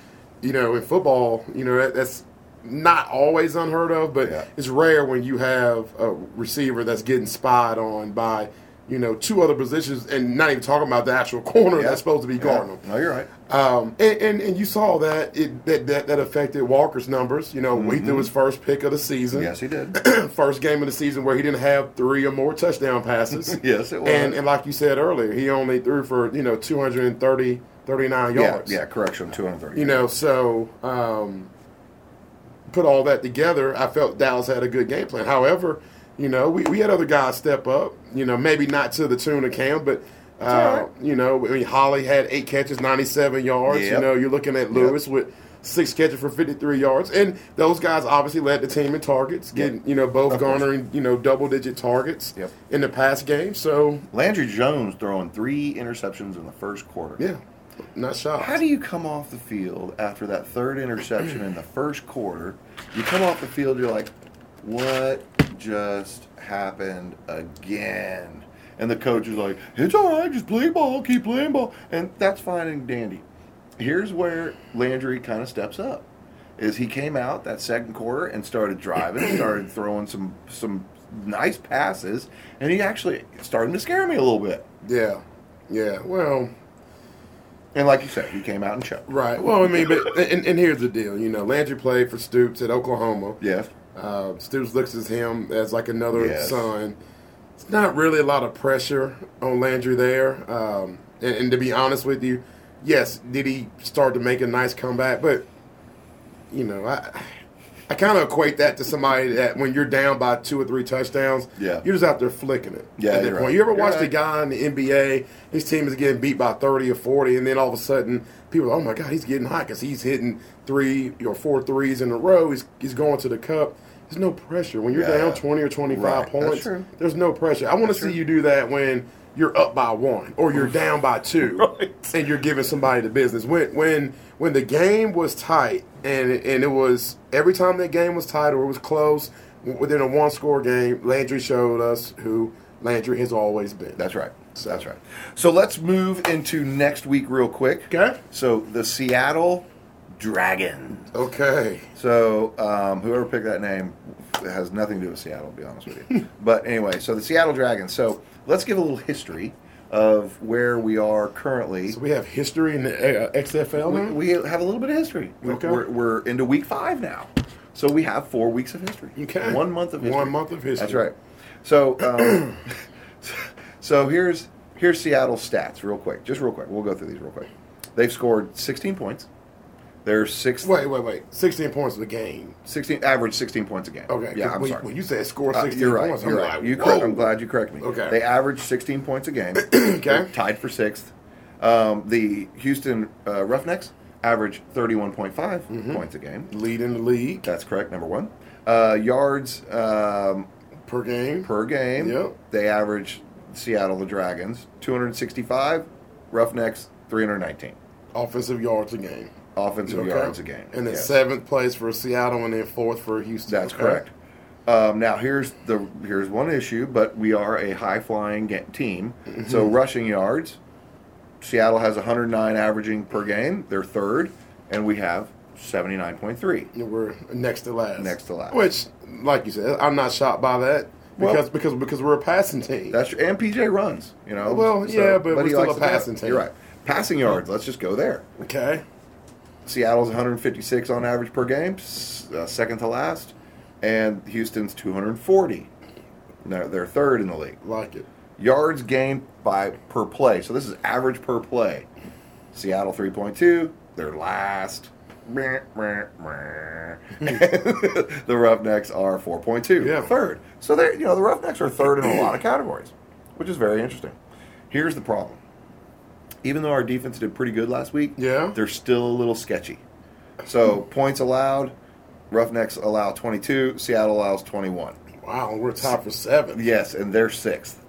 Speaker 1: you know, in football, you know, that, that's not always unheard of, but
Speaker 2: Yeah.
Speaker 1: it's rare when you have a receiver that's getting spied on by, you know, two other positions and not even talking about the actual corner
Speaker 2: Yeah.
Speaker 1: that's supposed to be
Speaker 2: Yeah.
Speaker 1: guarding them.
Speaker 2: No, you're right.
Speaker 1: Um, and, and, and you saw that, it, that that that affected Walker's numbers. You
Speaker 2: Mm-hmm.
Speaker 1: know, he threw his first pick of the season.
Speaker 2: Yes, he did.
Speaker 1: first game of the season where he didn't have three or more touchdown passes.
Speaker 2: Yes, it was.
Speaker 1: And, and like you said earlier, he only threw for, you know, 230, 39
Speaker 2: yeah,
Speaker 1: yards.
Speaker 2: yeah. Correction, two hundred thirty.
Speaker 1: You know, so um, put all that together, I felt Dallas had a good game plan. However, you know, we, we had other guys step up. You know, maybe not to the tune of Cam, but uh,
Speaker 2: all right.
Speaker 1: you know, I mean, Holly had eight catches, ninety-seven yards. You
Speaker 2: Yep.
Speaker 1: know, you're looking at Lewis with six catches for fifty-three yards, and those guys obviously led the team in targets, getting you know both
Speaker 2: Of course.
Speaker 1: garnering you know double-digit targets
Speaker 2: Yep.
Speaker 1: in the past game. So
Speaker 2: Landry Jones throwing three interceptions in the first quarter.
Speaker 1: yeah, not shocked.
Speaker 2: How do you come off the field after that third interception in the first quarter? You come off the field, you're like, what just happened again? And the coach is like, it's all right, just play ball, keep playing ball. And that's fine and dandy. Here's where Landry kind of steps up. Is he came out that second quarter and started driving, started throwing some some nice passes, and he actually starting to scare me a little bit.
Speaker 1: yeah, yeah. Well,
Speaker 2: And like you said, he came out and choked.
Speaker 1: right. Well, I mean, but and, and here's the deal. You know, Landry played for Stoops at Oklahoma.
Speaker 2: Yes.
Speaker 1: Uh, Stoops looks at him as like another
Speaker 2: Yes.
Speaker 1: son. It's not really a lot of pressure on Landry there. Um, and, and to be honest with you, yes, did he start to make a nice comeback? But you know, I I kind of equate that to somebody that when you're down by two or three touchdowns,
Speaker 2: Yeah.
Speaker 1: you're just out there flicking it.
Speaker 2: Yeah,
Speaker 1: at that
Speaker 2: you're
Speaker 1: point.
Speaker 2: right.
Speaker 1: You ever
Speaker 2: You're
Speaker 1: watch the
Speaker 2: right.
Speaker 1: guy in the NBA? His team is getting beat by thirty or forty, and then all of a sudden, people, are, oh my god, he's getting hot because he's hitting three or four threes in a row. He's he's going to the cup. There's no pressure when you're
Speaker 2: Yeah.
Speaker 1: down twenty or twenty five
Speaker 2: Right. That's
Speaker 1: points.
Speaker 2: true.
Speaker 1: There's no pressure. I want to
Speaker 2: That's
Speaker 1: see
Speaker 2: true.
Speaker 1: you do that when you're up by one or you're down by two,
Speaker 2: Right.
Speaker 1: and you're giving somebody the business. When when when the game was tight and and it was every time that game was tight or it was close w- within a one score game, Landry showed us who Landry has always been.
Speaker 2: That's right. That's right. So let's move into next week real quick.
Speaker 1: Okay.
Speaker 2: So the Seattle Dragons.
Speaker 1: okay.
Speaker 2: So um, whoever picked that name has nothing to do with Seattle, to be honest with you. but anyway, so the Seattle Dragons. So let's give a little history of where we are currently.
Speaker 1: So we have history in the uh, XFL.
Speaker 2: we,
Speaker 1: now?
Speaker 2: we have a little bit of history. We're-
Speaker 1: Okay.
Speaker 2: We're, we're into week five now. So we have four weeks of history.
Speaker 1: Okay.
Speaker 2: One month of
Speaker 1: One
Speaker 2: history.
Speaker 1: month of history.
Speaker 2: That's right. So, um, so here's here's Seattle's stats real quick. Just real quick. We'll go through these real quick. They've scored 16 points. They're sixth,
Speaker 1: wait, wait, wait. Sixteen points of the game.
Speaker 2: 16 average 16 points a game.
Speaker 1: Okay. 'cause
Speaker 2: Yeah, I'm
Speaker 1: when,
Speaker 2: sorry.
Speaker 1: when you said score
Speaker 2: Uh,
Speaker 1: 16
Speaker 2: you're right.
Speaker 1: points,
Speaker 2: you're
Speaker 1: I'm
Speaker 2: right.
Speaker 1: like,
Speaker 2: You
Speaker 1: whoa.
Speaker 2: correct, I'm glad you corrected me.
Speaker 1: Okay.
Speaker 2: They averaged 16 points a game.
Speaker 1: Okay.
Speaker 2: Tied for sixth. Um, the Houston uh, Roughnecks averaged 31.5
Speaker 1: Mm-hmm.
Speaker 2: points a game.
Speaker 1: leading the league
Speaker 2: That's correct. Number one. Uh, yards um,
Speaker 1: per game.
Speaker 2: per game.
Speaker 1: Yep.
Speaker 2: They averaged Seattle the Dragons 265. Roughnecks 319.
Speaker 1: offensive yards a game.
Speaker 2: Offensive
Speaker 1: Okay.
Speaker 2: yards a game.
Speaker 1: And then
Speaker 2: Yes.
Speaker 1: seventh place for Seattle and then fourth for Houston.
Speaker 2: That's
Speaker 1: Okay.
Speaker 2: correct. Um, now here's the here's one issue, but we are a high flying ga- team. So
Speaker 1: Mm-hmm.
Speaker 2: rushing yards, Seattle has 109 averaging per game. They're third, and we have 79.3.
Speaker 1: And we're next to last.
Speaker 2: Next to last.
Speaker 1: Which, like you said, I'm not shocked by that
Speaker 2: Well-
Speaker 1: because because because we're a passing team.
Speaker 2: That's and PJ runs, you know.
Speaker 1: Well, yeah, but we're
Speaker 2: he
Speaker 1: still
Speaker 2: likes
Speaker 1: a
Speaker 2: to pass.
Speaker 1: passing team.
Speaker 2: You're right. Passing yards. Let's just go there.
Speaker 1: okay.
Speaker 2: Seattle's 156 on average per game, s- uh, second to last, and Houston's 240. No, they're third in the league.
Speaker 1: Like it.
Speaker 2: yards gained by per play. So this is average per play. Seattle 3.2, they're last. Meh, meh, meh. the Roughnecks are 4.2,
Speaker 1: Hmm. Yeah.
Speaker 2: third. So they are you know the Roughnecks are third in a lot of categories, which is very interesting. Here's the problem. Even though our defense did pretty good last week,
Speaker 1: Yeah.
Speaker 2: they're still a little sketchy. So points allowed, Roughnecks allow 22, Seattle allows 21.
Speaker 1: Wow, we're tied for seventh.
Speaker 2: Yes, and they're sixth.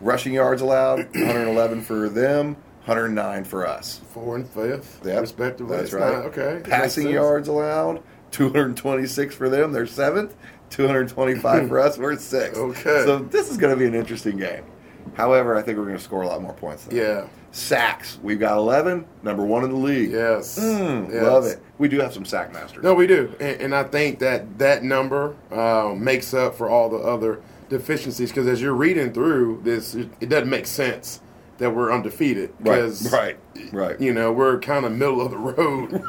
Speaker 2: Rushing yards allowed, 111 for them, 109 for us.
Speaker 1: Four and fifth,
Speaker 2: Yep,
Speaker 1: respectively. It's
Speaker 2: That's right.
Speaker 1: not- okay. That
Speaker 2: Passing
Speaker 1: makes sense.
Speaker 2: yards allowed, 226 for them. They're seventh. 225 for us. We're sixth.
Speaker 1: Okay.
Speaker 2: So this is going to be an interesting game. However, I think we're going to score a lot more points. Than
Speaker 1: Yeah.
Speaker 2: Sacks. We've got 11. Number one in the league.
Speaker 1: Yes.
Speaker 2: Mm,
Speaker 1: Yes.
Speaker 2: Love it. We do have some sack masters.
Speaker 1: No, we do, and, and I think that that number um, makes up for all the other deficiencies. Because as you're reading through this, it, it doesn't make sense that we're undefeated.
Speaker 2: Right.
Speaker 1: 'cause,
Speaker 2: Right. Right.
Speaker 1: You know, we're kind of middle of the road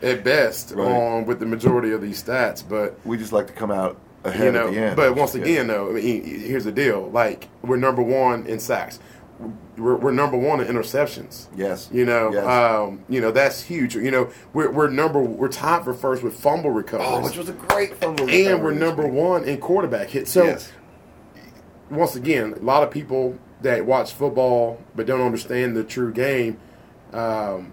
Speaker 1: at best
Speaker 2: Right.
Speaker 1: on with the majority of these stats, but.
Speaker 2: We just like to come out ahead
Speaker 1: You
Speaker 2: at the
Speaker 1: know,
Speaker 2: end.
Speaker 1: but once
Speaker 2: Yeah.
Speaker 1: again, though, I mean, here's the deal: like we're number one in sacks, we're, we're number one in interceptions.
Speaker 2: Yes.
Speaker 1: You know,
Speaker 2: Yes.
Speaker 1: um, you know that's huge. You know, we're, we're number we're tied for first with fumble recoveries,
Speaker 2: Oh, which was a great fumble.
Speaker 1: and
Speaker 2: recovery
Speaker 1: we're
Speaker 2: this
Speaker 1: number
Speaker 2: week.
Speaker 1: one in quarterback hits. So
Speaker 2: yes.
Speaker 1: once again, a lot of people that watch football but don't understand the true game, um,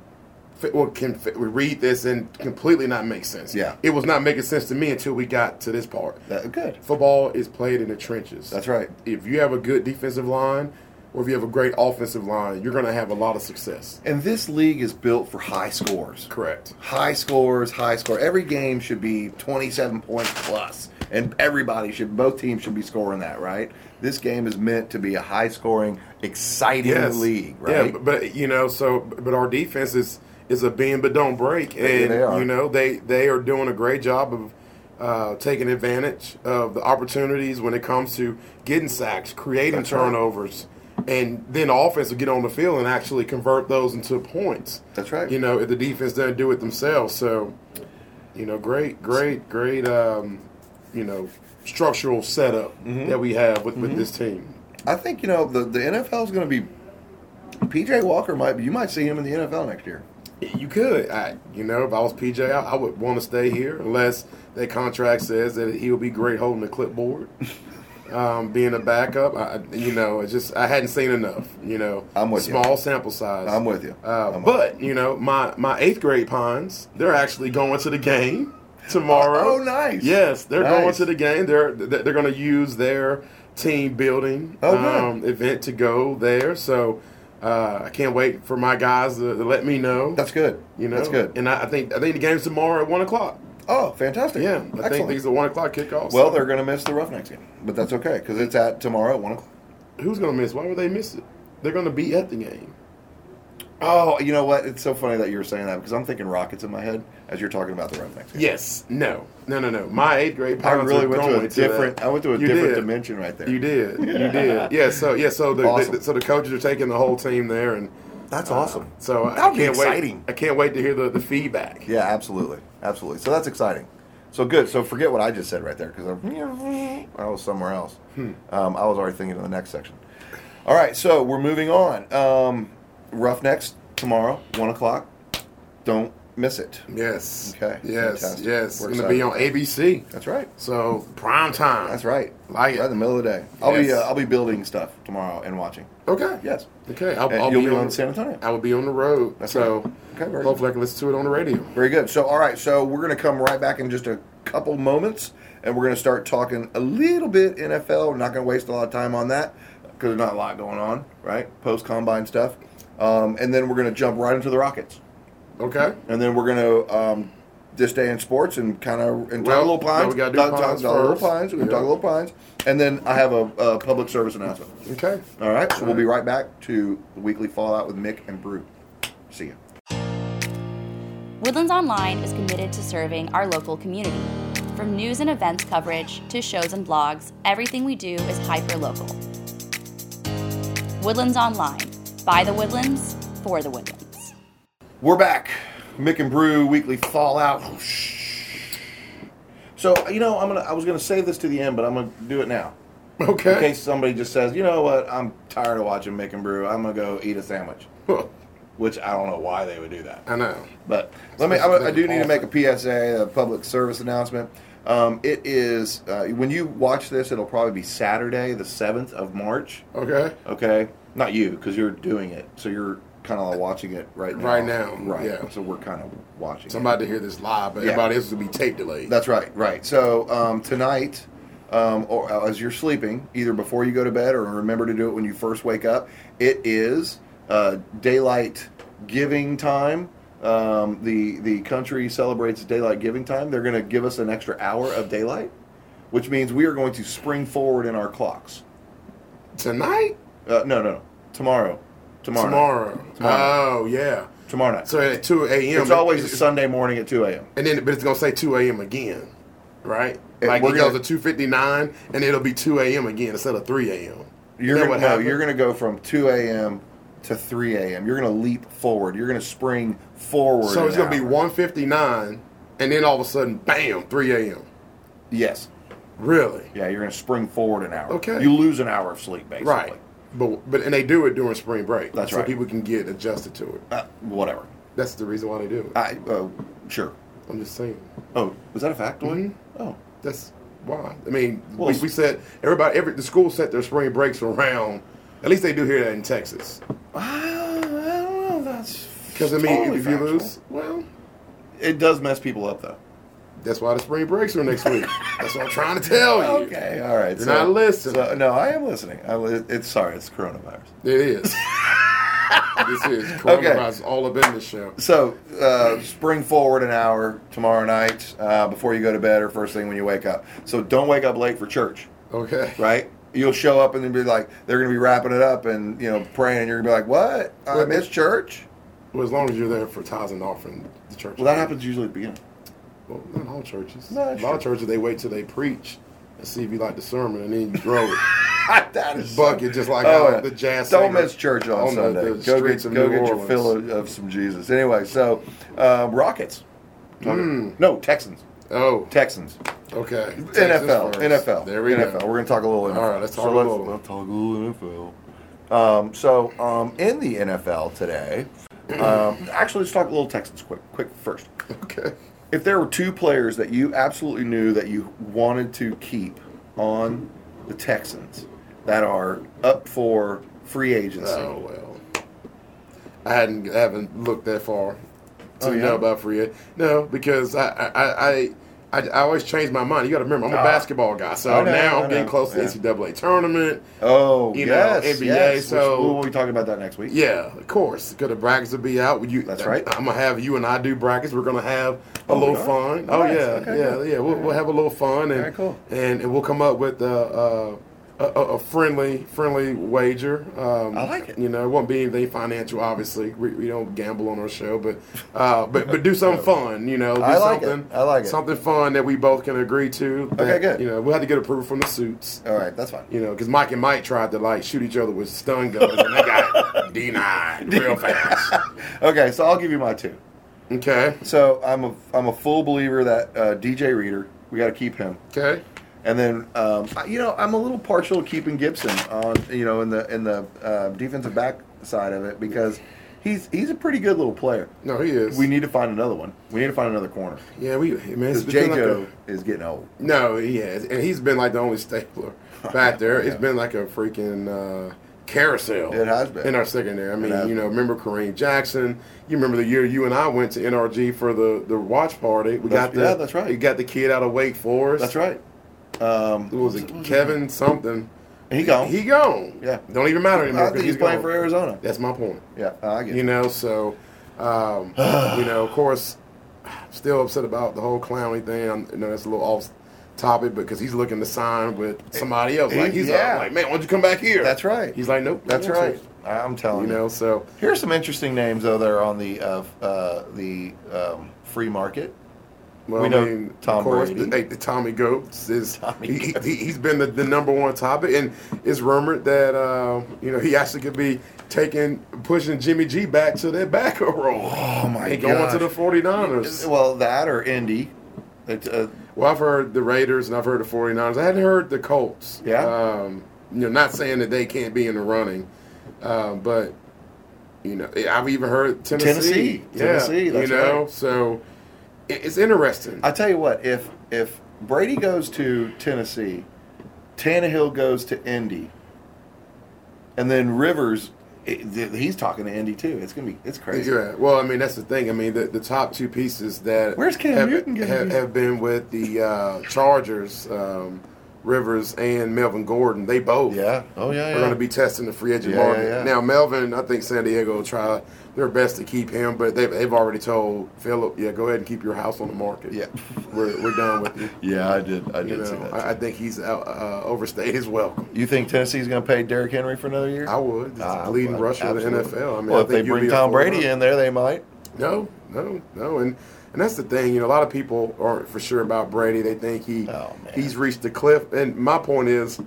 Speaker 1: fi- well, can fi- we read this and completely not make sense.
Speaker 2: Yeah.
Speaker 1: it was not making sense to me until we got to this part.
Speaker 2: That- good.
Speaker 1: Football is played in the trenches.
Speaker 2: That's right.
Speaker 1: If you have a good defensive line, or if you have a great offensive line, you're going to have a lot of success.
Speaker 2: And this league is built for high scores.
Speaker 1: Correct.
Speaker 2: High scores, high score. Every game should be 27 points plus, and everybody should, both teams should be scoring that, right? This game is meant to be a high scoring, exciting league, right?
Speaker 1: Yeah, but, but, you know, so but our defense is is a bend but don't break, and
Speaker 2: they are.
Speaker 1: you know they they are doing a great job of uh, taking advantage of the opportunities when it comes to getting sacks, creating
Speaker 2: That's right.
Speaker 1: turnovers, and then the offense will get on the field and actually convert those into points.
Speaker 2: That's right.
Speaker 1: You know, if the defense doesn't do it themselves, so you know, great, great, great, um, you know, structural setup
Speaker 2: Mm-hmm.
Speaker 1: that we have with, with this team.
Speaker 2: I think, you know, the, the NFL is going to be, PJ Walker might be, you might see him in the NFL next year.
Speaker 1: You could, I, you know, if I was PJ, I, I would want to stay here unless that contract says that he'll be great holding the clipboard, um, being a backup. I, I- you know, it's just I hadn't seen enough. You know,
Speaker 2: I'm with you.
Speaker 1: small sample size.
Speaker 2: I'm with you.
Speaker 1: Uh,
Speaker 2: I'm with
Speaker 1: but you know, my my eighth grade pines, they're actually going to the game tomorrow.
Speaker 2: Oh, nice.
Speaker 1: Yes, they're going
Speaker 2: Nice.
Speaker 1: to the game. They're they're going to use their team building
Speaker 2: Oh, good.
Speaker 1: um, event to go there. So. Uh, I can't wait for my guys to, to let me know.
Speaker 2: That's good.
Speaker 1: You know,
Speaker 2: That's good.
Speaker 1: And I, I think I think the game's tomorrow at one o'clock.
Speaker 2: oh, fantastic.
Speaker 1: Yeah, I think
Speaker 2: Excellent.
Speaker 1: these are one o'clock kickoffs.
Speaker 2: well, they're going to miss the Roughnecks game, but that's okay because it's at tomorrow at 1 o'clock.
Speaker 1: who's gonna miss? Why would they miss it? They're gonna be at the game.
Speaker 2: Oh, you know what? It's so funny that you were saying that because I'm thinking Rockets in my head as you're talking about the Roughnecks. game.
Speaker 1: Yes. No. No. No. No. My eighth grade.
Speaker 2: I
Speaker 1: Pirates
Speaker 2: really
Speaker 1: are
Speaker 2: went to
Speaker 1: going
Speaker 2: a different.
Speaker 1: that.
Speaker 2: I went to a
Speaker 1: You did.
Speaker 2: different dimension right there.
Speaker 1: You did. You did. Yeah. So yeah. So the,
Speaker 2: Awesome.
Speaker 1: the so the coaches are taking the whole team there, and
Speaker 2: That's
Speaker 1: uh,
Speaker 2: awesome.
Speaker 1: So I
Speaker 2: That would
Speaker 1: can't
Speaker 2: be
Speaker 1: wait.
Speaker 2: exciting.
Speaker 1: I can't wait to hear the, the feedback.
Speaker 2: Yeah, absolutely, absolutely. So that's exciting. So good. So forget what I just said right there because I was somewhere else. Um, I was already thinking of the next section. All right, so we're moving on. Um, Roughnecks tomorrow, one o'clock. Don't miss it.
Speaker 1: Yes.
Speaker 2: Okay,
Speaker 1: Yes.
Speaker 2: fantastic.
Speaker 1: Yes.
Speaker 2: We're
Speaker 1: it's gonna be on
Speaker 2: excited.
Speaker 1: ABC.
Speaker 2: That's right.
Speaker 1: So prime time.
Speaker 2: That's right.
Speaker 1: Like it.
Speaker 2: right in the middle of the day. I'll be
Speaker 1: Yes.
Speaker 2: uh, I'll be building stuff tomorrow and watching.
Speaker 1: Okay.
Speaker 2: Yes.
Speaker 1: Okay. I'll,
Speaker 2: And
Speaker 1: I'll
Speaker 2: you'll
Speaker 1: be
Speaker 2: be
Speaker 1: on
Speaker 2: on San Antonio.
Speaker 1: I will be on the road.
Speaker 2: That's
Speaker 1: so
Speaker 2: right. Okay, very
Speaker 1: hopefully I can listen to it on the radio.
Speaker 2: Very good. So, all right. So, we're going to come right back in just a couple moments, and we're going to start talking a little bit NFL. We're not going to waste a lot of time on that because there's not a lot going on, right? Post combine stuff, um, and then we're going to jump right into the Rockets,
Speaker 1: Okay.
Speaker 2: and then we're going to um, this day in sports and kind of and talk
Speaker 1: Well,
Speaker 2: a little pines.
Speaker 1: no, we gotta do
Speaker 2: talk,
Speaker 1: Pines
Speaker 2: talk, talk a little
Speaker 1: first.
Speaker 2: pines. We're going to
Speaker 1: Yeah.
Speaker 2: talk a little pines, and then I have a, a public service announcement.
Speaker 1: Okay.
Speaker 2: All right. So we'll be right back to the weekly fallout with Mick and Brew. See you.
Speaker 3: Woodlands Online is committed to serving our local community. From news and events coverage to shows and blogs, everything we do is hyper local. Woodlands Online, by the Woodlands, for the Woodlands.
Speaker 2: We're back. Mick and Brew weekly fallout. Oh, So you know, I'm gonna. I was gonna save this to the end, but I'm gonna do it now
Speaker 1: Okay.
Speaker 2: in case somebody just says, you know what, I'm tired of watching Mick and Brew. I'm gonna go eat a sandwich,
Speaker 1: Well,
Speaker 2: which I don't know why they would do that.
Speaker 1: I know.
Speaker 2: But let me. I, I do need to make a PSA, a public service announcement. Um, it is uh, when you watch this, it'll probably be Saturday, the seventh of March.
Speaker 1: Okay.
Speaker 2: Okay, not you, because you're doing it, so you're kind of watching it right now.
Speaker 1: Right now,
Speaker 2: right?
Speaker 1: yeah.
Speaker 2: So we're kind of watching. it.
Speaker 1: Somebody to hear this live, but
Speaker 2: Yeah.
Speaker 1: everybody else will be tape delayed.
Speaker 2: That's right, right. So um, tonight, um, or as you're sleeping, either before you go to bed or remember to do it when you first wake up, it is uh, daylight giving time. Um, the the country celebrates daylight giving time. They're going to give us an extra hour of daylight, which means we are going to spring forward in our clocks.
Speaker 1: Tonight?
Speaker 2: Uh, no, no, no. Tomorrow, tomorrow,
Speaker 1: Tomorrow.
Speaker 2: Tomorrow.
Speaker 1: Oh, yeah.
Speaker 2: tomorrow night.
Speaker 1: So at 2 a.m.
Speaker 2: it's always a
Speaker 1: it's-
Speaker 2: Sunday morning at two a.m.
Speaker 1: And then, but it's going to say 2 a.m. again, right?
Speaker 2: And
Speaker 1: Like
Speaker 2: we're
Speaker 1: it goes
Speaker 2: gonna-
Speaker 1: to 2.59, and it'll be 2 a.m. again instead of 3 a.m. Is
Speaker 2: You're
Speaker 1: that
Speaker 2: gonna,
Speaker 1: what
Speaker 2: no,
Speaker 1: happened?
Speaker 2: you're gonna go from 2 a.m. to 3 a.m. You're gonna leap forward. You're gonna spring forward.
Speaker 1: So it's
Speaker 2: an
Speaker 1: going to be
Speaker 2: hour.
Speaker 1: 1.59, and then all of a sudden, bam, 3 a.m.
Speaker 2: Yes.
Speaker 1: Really?
Speaker 2: Yeah, you're gonna spring forward an hour.
Speaker 1: Okay.
Speaker 2: You lose an hour of sleep, basically.
Speaker 1: Right. But but and they do it during spring break.
Speaker 2: That's
Speaker 1: so
Speaker 2: right.
Speaker 1: people can get adjusted to it.
Speaker 2: Uh, whatever.
Speaker 1: That's the reason why they do it.
Speaker 2: I uh, sure.
Speaker 1: I'm just saying.
Speaker 2: Oh, is that a factoid?
Speaker 1: Mhm.
Speaker 2: Oh,
Speaker 1: That's why. I mean,
Speaker 2: Well,
Speaker 1: we,
Speaker 2: it's-
Speaker 1: we said everybody, every the school set their spring breaks around. At least they do hear that in Texas. Ah,
Speaker 2: I, I don't know. That's
Speaker 1: Because I mean,
Speaker 2: totally
Speaker 1: if you
Speaker 2: factual.
Speaker 1: lose, well,
Speaker 2: it does mess people up though.
Speaker 1: that's why the spring breaks are next week. that's what I'm trying to tell Oh, you.
Speaker 2: Okay, all right.
Speaker 1: You're not listening.
Speaker 2: So, no, I am listening. I, li- it's sorry, it's coronavirus.
Speaker 1: It is. this is coronavirus all up in this show.
Speaker 2: So, uh, spring forward an hour tomorrow night uh, before you go to bed or first thing when you wake up. So don't wake up late for church,
Speaker 1: Okay.
Speaker 2: right? You'll show up and then be like, they're going to be wrapping it up and you know praying. And you're going to be like, what? I
Speaker 1: Wait a minute.
Speaker 2: missed church.
Speaker 1: Well, as long as you're there for tithes and offering, the church.
Speaker 2: Well, that happens usually at the beginning.
Speaker 1: Well, not all churches. a
Speaker 2: No,
Speaker 1: lot
Speaker 2: that's
Speaker 1: of churches they wait till they preach and see if you like the sermon, and then you grow it.
Speaker 2: that is Oh,
Speaker 1: Bucket, just like how the jazz
Speaker 2: Don't
Speaker 1: singer
Speaker 2: miss church on,
Speaker 1: on the-
Speaker 2: Sunday.
Speaker 1: the
Speaker 2: go get,
Speaker 1: streets of
Speaker 2: go
Speaker 1: New
Speaker 2: get your
Speaker 1: Orleans.
Speaker 2: fill of, of some Jesus. Anyway, so um, Rockets.
Speaker 1: Mm.
Speaker 2: No, Texans.
Speaker 1: Oh,
Speaker 2: Texans.
Speaker 1: okay. Texas
Speaker 2: NFL.
Speaker 1: first.
Speaker 2: NFL.
Speaker 1: There we
Speaker 2: NFL.
Speaker 1: go.
Speaker 2: We're going to talk a little NFL.
Speaker 1: All right, let's talk a
Speaker 2: So
Speaker 1: little.
Speaker 2: Let's talk a little NFL. Um, so um, in the NFL today, um, actually, let's talk a little Texans quick, quick first.
Speaker 1: Okay.
Speaker 2: If there were two players that you absolutely knew that you wanted to keep on the Texans that are up for free agency,
Speaker 1: Oh well. I hadn't I haven't looked that far to
Speaker 2: Oh, you
Speaker 1: know
Speaker 2: haven't?
Speaker 1: about free agent. No, because I I, I I I always change my mind. You got to remember, I'm a
Speaker 2: Ah.
Speaker 1: basketball guy, so
Speaker 2: I know,
Speaker 1: now
Speaker 2: I
Speaker 1: I'm getting
Speaker 2: know,
Speaker 1: close
Speaker 2: yeah.
Speaker 1: to the NCAA tournament.
Speaker 2: oh
Speaker 1: you know,
Speaker 2: yes,
Speaker 1: NBA,
Speaker 2: yes.
Speaker 1: so-
Speaker 2: Which- we'll be talking about that next week.
Speaker 1: Yeah, of course. Because the brackets will be out. You,
Speaker 2: That's right.
Speaker 1: I'm gonna have you and I do brackets. We're gonna have a
Speaker 2: Oh,
Speaker 1: little
Speaker 2: we are?
Speaker 1: fun.
Speaker 2: Oh,
Speaker 1: Oh
Speaker 2: nice.
Speaker 1: yeah,
Speaker 2: Okay,
Speaker 1: yeah,
Speaker 2: good.
Speaker 1: yeah. We'll, we'll have a little fun and
Speaker 2: Very cool.
Speaker 1: and, and we'll come up with uh, uh, a, a, a friendly friendly wager. Um,
Speaker 2: I like it.
Speaker 1: You know, it won't be anything financial. Obviously, we, we don't gamble on our show, but uh, but but do something fun. You know, do
Speaker 2: I like it.
Speaker 1: something,
Speaker 2: I like it.
Speaker 1: something fun that we both can agree to. that,
Speaker 2: good. Oh,
Speaker 1: You know, we'll have to get approval from the suits.
Speaker 2: All right, that's fine.
Speaker 1: You know, because Mike and Mike tried to like shoot each other with stun guns, and they got denied real fast.
Speaker 2: Okay, so I'll give you my two.
Speaker 1: Okay,
Speaker 2: So I'm a I'm a full believer that uh, DJ Reader we got to keep him,
Speaker 1: okay,
Speaker 2: and then um, I- you know I'm a little partial to keeping Gibson on you know in the in the uh, defensive back side of it because he's he's a pretty good little player.
Speaker 1: no, he is.
Speaker 2: We need to find another one. We need to find another corner
Speaker 1: yeah, we man, it's
Speaker 2: because
Speaker 1: been like
Speaker 2: JoJo
Speaker 1: a,
Speaker 2: is getting old.
Speaker 1: no, he has, and he's been like the only stapler back there. It's been like a freaking uh, carousel.
Speaker 2: It has been.
Speaker 1: in our secondary. I mean,
Speaker 2: has
Speaker 1: you know, remember Kareem Jackson? You remember the year you and I went to NRG for the the watch party? We
Speaker 2: That's-
Speaker 1: got the
Speaker 2: yeah, that's right.
Speaker 1: We got the kid out of Wake Forest.
Speaker 2: That's right. Um,
Speaker 1: It was it Kevin something.
Speaker 2: He gone.
Speaker 1: He gone.
Speaker 2: Yeah.
Speaker 1: Don't even matter anymore.
Speaker 2: I
Speaker 1: 'cause
Speaker 2: think he's playing
Speaker 1: gone.
Speaker 2: for Arizona.
Speaker 1: That's my point.
Speaker 2: Yeah, I get
Speaker 1: You
Speaker 2: it.
Speaker 1: know, so um, you know, of course, still upset about the whole Clowney thing. I'm, you know, that's a little off topic because he's looking to sign with somebody else. Like he's
Speaker 2: Yeah.
Speaker 1: uh, like, man, why don't you come back here?
Speaker 2: That's right.
Speaker 1: He's like, nope. I
Speaker 2: That's
Speaker 1: want
Speaker 2: right.
Speaker 1: to."
Speaker 2: I'm telling
Speaker 1: You know, so
Speaker 2: Here's some interesting names though that are on the uh, uh, the um, free market.
Speaker 1: well,
Speaker 2: We
Speaker 1: I
Speaker 2: know
Speaker 1: mean,
Speaker 2: Tom
Speaker 1: of course,
Speaker 2: Brady.
Speaker 1: The, the Tommy Goats is
Speaker 2: Tommy
Speaker 1: he, he, he's been the, the number one topic, and it's rumored that uh, you know he actually could be taking pushing Jimmy G back to their back role.
Speaker 2: Oh my
Speaker 1: and going to
Speaker 2: gosh.
Speaker 1: the 49ers.
Speaker 2: Well, that or Indy. It, uh,
Speaker 1: Well, I've heard the Raiders and I've heard the 49ers. I hadn't heard the Colts.
Speaker 2: Yeah?
Speaker 1: Um, you know, not saying that they can't be in the running, um, but, you know, I've even heard Tennessee.
Speaker 2: Tennessee. Tennessee, that's
Speaker 1: you know,
Speaker 2: right.
Speaker 1: so it- it's interesting.
Speaker 2: I tell you what, if if Brady goes to Tennessee, Tannehill goes to Indy, and then Rivers, it, th- he's talking to Indy too. It's gonna be it's crazy.
Speaker 1: Yeah. Well, I mean, that's the thing. I mean, the, the top two pieces that
Speaker 2: Where's Cam
Speaker 1: have,
Speaker 2: Newton gonna
Speaker 1: have,
Speaker 2: be?
Speaker 1: have been with the uh, Chargers, um, Rivers and Melvin Gordon. They both
Speaker 2: Yeah. Oh yeah.
Speaker 1: we are going to be testing the free agent
Speaker 2: Yeah, yeah,
Speaker 1: market.
Speaker 2: yeah.
Speaker 1: Now, Melvin, I think San Diego will try their best to keep him, but they've, they've already told Philip, yeah, go ahead and keep your house on the market.
Speaker 2: Yeah.
Speaker 1: We're, we're done with you.
Speaker 2: Yeah, I did. I did
Speaker 1: You
Speaker 2: see
Speaker 1: know,
Speaker 2: that.
Speaker 1: I, I think he's out, uh, overstayed his welcome.
Speaker 2: you think Tennessee's gonna pay Derrick Henry for another year?
Speaker 1: I would. It's
Speaker 2: Ah,
Speaker 1: a leading
Speaker 2: well,
Speaker 1: rusher of the
Speaker 2: absolutely.
Speaker 1: NFL. I mean,
Speaker 2: well,
Speaker 1: I
Speaker 2: if they
Speaker 1: think you'll
Speaker 2: bring
Speaker 1: be a
Speaker 2: Tom
Speaker 1: full
Speaker 2: Brady
Speaker 1: runner.
Speaker 2: in there, they might.
Speaker 1: No, no, no, and and that's the thing. You know, a lot of people aren't for sure about Brady. They think he
Speaker 2: Oh, man.
Speaker 1: he's reached the cliff. And my point is,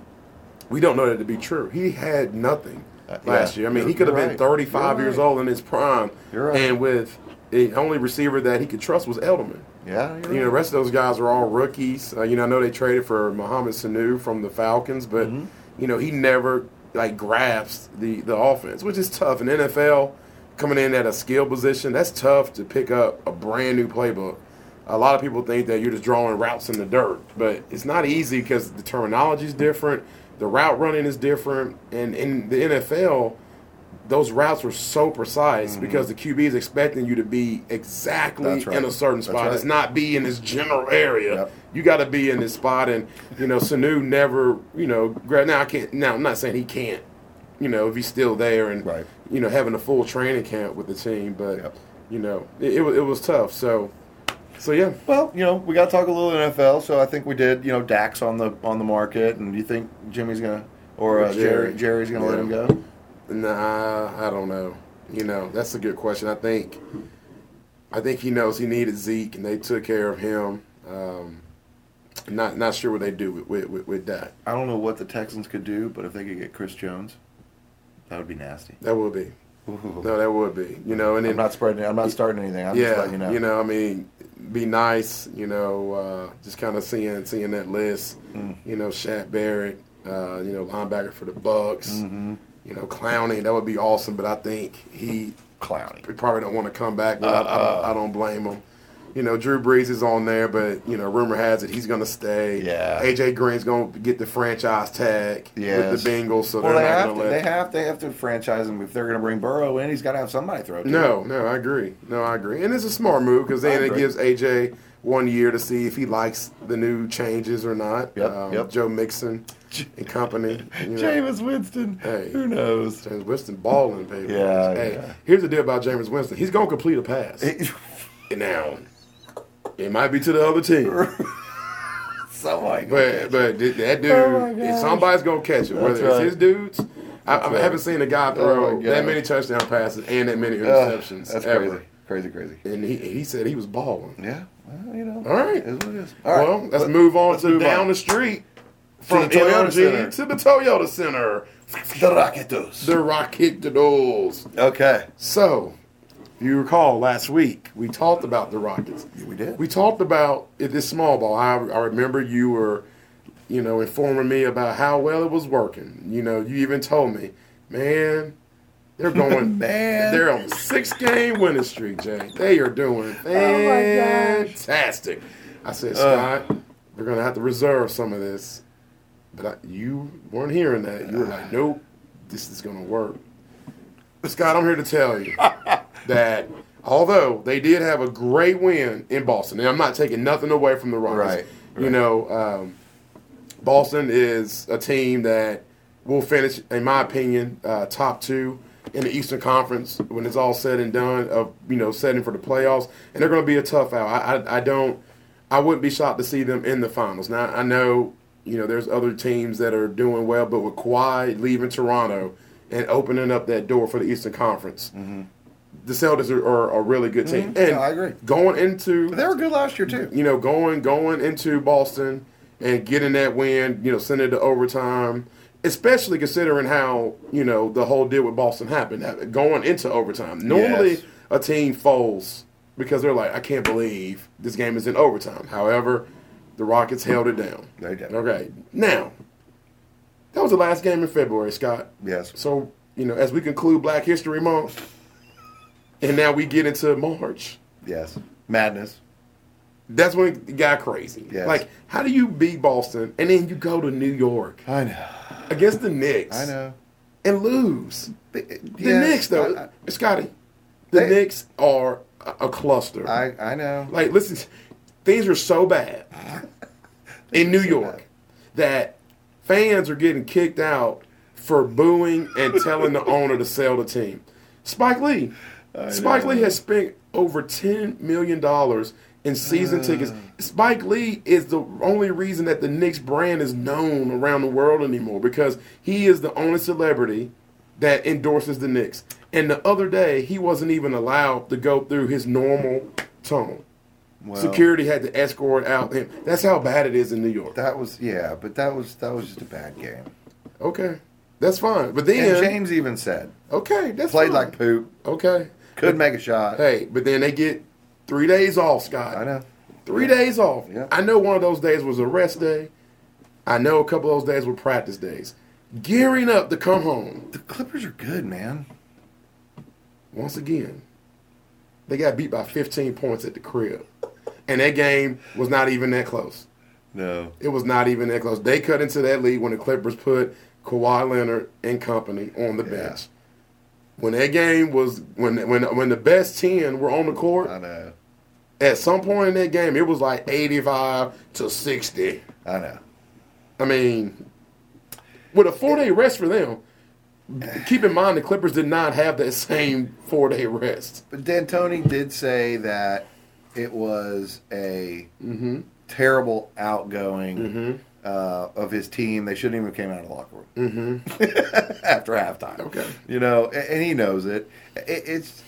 Speaker 1: we don't know that to be true. He had nothing
Speaker 2: Uh,
Speaker 1: last
Speaker 2: yeah.
Speaker 1: year. I mean, he
Speaker 2: You're
Speaker 1: could have
Speaker 2: right.
Speaker 1: been 35
Speaker 2: You're
Speaker 1: years
Speaker 2: right.
Speaker 1: old in his prime,
Speaker 2: You're right.
Speaker 1: and with the only receiver that he could trust was Edelman.
Speaker 2: Yeah, you're
Speaker 1: You know, the
Speaker 2: right.
Speaker 1: rest of those guys are all
Speaker 2: Mm-hmm.
Speaker 1: rookies. Uh, you know, I know they traded for Mohamed Sanu from the Falcons, but you know, he never like grasps the the offense, which is tough. In NFL, coming in at a skill position, that's tough to pick up a brand new playbook. A lot of people think that you're just drawing routes in the dirt, but it's not easy because the terminology is different, the route running is different, and in the NFL, those routes were so precise because the QB is expecting you to be exactly
Speaker 2: Mm-hmm. That's right.
Speaker 1: in a certain
Speaker 2: That's
Speaker 1: spot.
Speaker 2: right.
Speaker 1: It's not be in this general area.
Speaker 2: Yep.
Speaker 1: You got to be in this spot, and you know Sanu never, you know, gra- now I can't. Now I'm not saying he can't, you know, if he's still there and
Speaker 2: Right.
Speaker 1: you know having a full training camp with the team, but
Speaker 2: Yep.
Speaker 1: you know it, it, wa- it was tough. So, so yeah,
Speaker 2: Well, you know, we got to talk a little NFL, so I think we did. You know, Dax on the on the market, and you think Jimmy's gonna or uh, Jerry.
Speaker 1: Jerry.
Speaker 2: Jerry's gonna let
Speaker 1: Yeah.
Speaker 2: him go?
Speaker 1: nah, I don't know. You know, that's a good question. I think, I think he knows he needed Zeke, and they took care of him. Um, not not sure what they do with with, with, with that.
Speaker 2: I don't know what the Texans could do, but if they could get Chris Jones, that would be nasty.
Speaker 1: That would be
Speaker 2: Ooh.
Speaker 1: no, that would be you know, and then
Speaker 2: I'm not spreading. I'm not starting anything. I'm just
Speaker 1: yeah,
Speaker 2: letting you know.
Speaker 1: I mean, be nice, you know, uh, just kind of seeing seeing that list,
Speaker 2: Mm.
Speaker 1: you know, Shat Barrett, uh, you know, linebacker for the Bucks,
Speaker 2: Mm-hmm.
Speaker 1: you know, Clowney, that would be awesome, but I think he
Speaker 2: Clowny.
Speaker 1: probably don't want to come back, but I, I, don't,
Speaker 2: Uh-uh.
Speaker 1: I don't blame him. You know, Drew Brees is on there, but you know, rumor has it he's going to stay.
Speaker 2: Yeah.
Speaker 1: AJ Green's going to get the franchise tag
Speaker 2: Yes.
Speaker 1: with the Bengals, so
Speaker 2: Well,
Speaker 1: they're
Speaker 2: they
Speaker 1: not
Speaker 2: have
Speaker 1: going
Speaker 2: to.
Speaker 1: let
Speaker 2: They have. They have to franchise him if they're gonna bring Burrow in. He's got to have somebody throw to.
Speaker 1: No, no, I agree. No, I agree. And it's a smart move because
Speaker 2: I
Speaker 1: then it
Speaker 2: agree.
Speaker 1: gives AJ one year to see if he likes the new changes or not. um,
Speaker 2: Yep, yep.
Speaker 1: Joe Mixon and company. you know.
Speaker 2: Jameis Winston.
Speaker 1: Hey.
Speaker 2: Who knows?
Speaker 1: James Winston balling, baby.
Speaker 2: Yeah,
Speaker 1: hey,
Speaker 2: yeah.
Speaker 1: here's the deal about James Winston. He's gonna complete a pass. now, it might be to the other team,
Speaker 2: Somebody.
Speaker 1: but but th- that dude,
Speaker 2: Oh my gosh.
Speaker 1: somebody's gonna catch it. Whether
Speaker 2: right.
Speaker 1: it's his dudes, I, I
Speaker 2: right.
Speaker 1: haven't seen a guy
Speaker 2: Oh
Speaker 1: throw
Speaker 2: my
Speaker 1: that
Speaker 2: gosh.
Speaker 1: many touchdown passes and that many
Speaker 2: Ugh,
Speaker 1: interceptions
Speaker 2: that's
Speaker 1: ever.
Speaker 2: crazy. Crazy, crazy.
Speaker 1: And he he said he was balling.
Speaker 2: Yeah. Well, you know.
Speaker 1: All right.
Speaker 2: Is what it is. All right.
Speaker 1: Well, let's move on
Speaker 2: let's
Speaker 1: to
Speaker 2: move
Speaker 1: down
Speaker 2: on.
Speaker 1: the street from
Speaker 2: the Toyota
Speaker 1: NRG
Speaker 2: Center.
Speaker 1: to the Toyota Center,
Speaker 2: the Rocketos.
Speaker 1: the Rocket Doodles.
Speaker 2: okay.
Speaker 1: So, if you recall last week we talked about the Rockets.
Speaker 2: We did.
Speaker 1: We talked about it, this small ball. I, I remember you were, you know, informing me about how well it was working. You know, you even told me, man, they're going,
Speaker 2: Man.
Speaker 1: they're on a six-game winning streak, Jay. They are doing
Speaker 2: Oh,
Speaker 1: fantastic. I said,
Speaker 2: Uh.
Speaker 1: Scott, we're gonna have to reserve some of this, but I, you weren't hearing that. You were like, nope, this is gonna work. Scott, I'm here to tell you that although they did have a great win in Boston, and I'm not taking nothing away from the Rockets.
Speaker 2: Right,
Speaker 1: You know, um, Boston is a team that will finish, in my opinion, uh, top two in the Eastern Conference when it's all said and done. Of you know, setting for the playoffs, and they're going to be a tough out. I, I, I don't, I wouldn't be shocked to see them in the finals. Now I know, you know, there's other teams that are doing well, but with Kawhi leaving Toronto and opening up that door for the Eastern Conference. The Celtics are, are a really good team, and
Speaker 2: Mhm. No, Mm-hmm. I agree.
Speaker 1: Going into
Speaker 2: They were good last year too.
Speaker 1: you know, going going into Boston and getting that win, you know, sending it to overtime, especially considering how you know the whole deal with Boston happened uh, going into overtime. Normally,
Speaker 2: Yes.
Speaker 1: a team folds because they're like, I can't believe this game is in overtime. However, the Rockets held it down.
Speaker 2: They did.
Speaker 1: Okay, now that was the last game in February, Scott.
Speaker 2: Yes.
Speaker 1: So you know, as we conclude Black History Month, and now we get into March
Speaker 2: Yes. Madness.
Speaker 1: that's when it got crazy.
Speaker 2: Yes.
Speaker 1: Like, how do you beat Boston and then you go to New York
Speaker 2: I know.
Speaker 1: against the Knicks
Speaker 2: I know.
Speaker 1: and lose? The,
Speaker 2: yes,
Speaker 1: Knicks, though,
Speaker 2: I-
Speaker 1: Scotty, the
Speaker 2: They-
Speaker 1: Knicks are a, a cluster.
Speaker 2: I I know.
Speaker 1: like, listen, things are so bad in New York that fans are getting kicked out for booing and telling the owner to sell the team. Spike Lee. Spike
Speaker 2: know.
Speaker 1: Lee has spent over $10 million in
Speaker 2: Uh.
Speaker 1: season tickets. Spike Lee is the only reason that the Knicks brand is known around the world anymore because he is the only celebrity that endorses the Knicks. And the other day, he wasn't even allowed to go through his normal tunnel.
Speaker 2: Well,
Speaker 1: Security had to escort out him. That's how bad it is in New York.
Speaker 2: That was yeah, but that was that was just a bad game.
Speaker 1: Okay, that's fine. But
Speaker 2: And
Speaker 1: then,
Speaker 2: James even said
Speaker 1: okay, that's
Speaker 2: played
Speaker 1: fine.
Speaker 2: like poop.
Speaker 1: okay.
Speaker 2: Could make a shot.
Speaker 1: Hey, but then they get three days off, Scott.
Speaker 2: I know.
Speaker 1: Three days off.
Speaker 2: Yeah.
Speaker 1: I know one of those days was a rest day. I know a couple of those days were practice days. gearing up to come home
Speaker 2: The Clippers are good, man.
Speaker 1: once again. They got beat by 15 points at the crib, and that game was not even that close.
Speaker 2: No.
Speaker 1: It was not even that close. They cut into that lead when the Clippers put Kawhi Leonard and company on the bench. When that game was when when when the best ten were on the court,
Speaker 2: I know.
Speaker 1: at some point in that game it was like eighty five to sixty.
Speaker 2: I know.
Speaker 1: I mean, with a four day rest for them, keep in mind the Clippers did not have that same four day rest.
Speaker 2: But D'Antoni did say that it was a
Speaker 1: Mm-hmm.
Speaker 2: terrible outgoing uh, of his team. They shouldn't even have came out of the locker room after halftime.
Speaker 1: Mm-hmm. Okay.
Speaker 2: you know, a- and he knows it. I- It's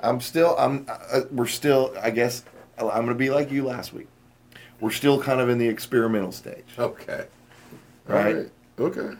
Speaker 2: I'm still I'm uh, we're still I guess I'm going to be like you last week. We're still kind of in the experimental stage.
Speaker 1: Okay.
Speaker 2: Right.
Speaker 1: Okay.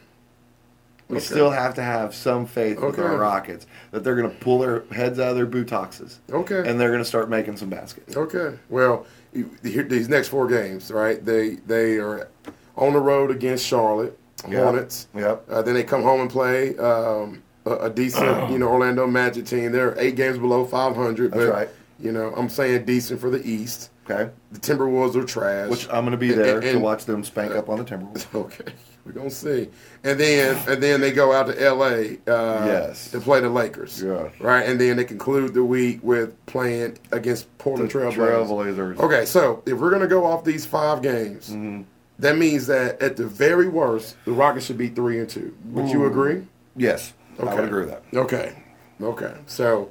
Speaker 2: We
Speaker 1: Okay.
Speaker 2: still have to have some faith with
Speaker 1: Okay.
Speaker 2: our Rockets that they're going to pull their heads out of their bootoxes.
Speaker 1: Okay.
Speaker 2: And they're going to start making some baskets.
Speaker 1: Okay. Well, you- here- these next four games, right? They they are on the road against Charlotte
Speaker 2: Yeah.
Speaker 1: Hornets.
Speaker 2: Yep.
Speaker 1: Uh, then they come home and play um, a, a decent, you know, Orlando Magic team. They're eight games below 500.
Speaker 2: That's
Speaker 1: but,
Speaker 2: right.
Speaker 1: You know, I'm saying decent for the East.
Speaker 2: Okay.
Speaker 1: The Timberwolves are trash.
Speaker 2: Which I'm going to be
Speaker 1: And-
Speaker 2: there
Speaker 1: and-
Speaker 2: to watch them spank up on the Timberwolves.
Speaker 1: Okay. We're gonna see, and then and then they go out to L.A. Uh,
Speaker 2: Yes.
Speaker 1: to play the Lakers.
Speaker 2: Yeah.
Speaker 1: right, and then they conclude the week with playing against Portland
Speaker 2: The
Speaker 1: Trail
Speaker 2: Trailblazers.
Speaker 1: Okay, so if we're gonna go off these five games,
Speaker 2: Mm-hmm.
Speaker 1: that means that at the very worst, the Rockets should be three and two. Would you agree?
Speaker 2: Yes. I would
Speaker 1: Okay.
Speaker 2: agree with that.
Speaker 1: Okay. Okay. So,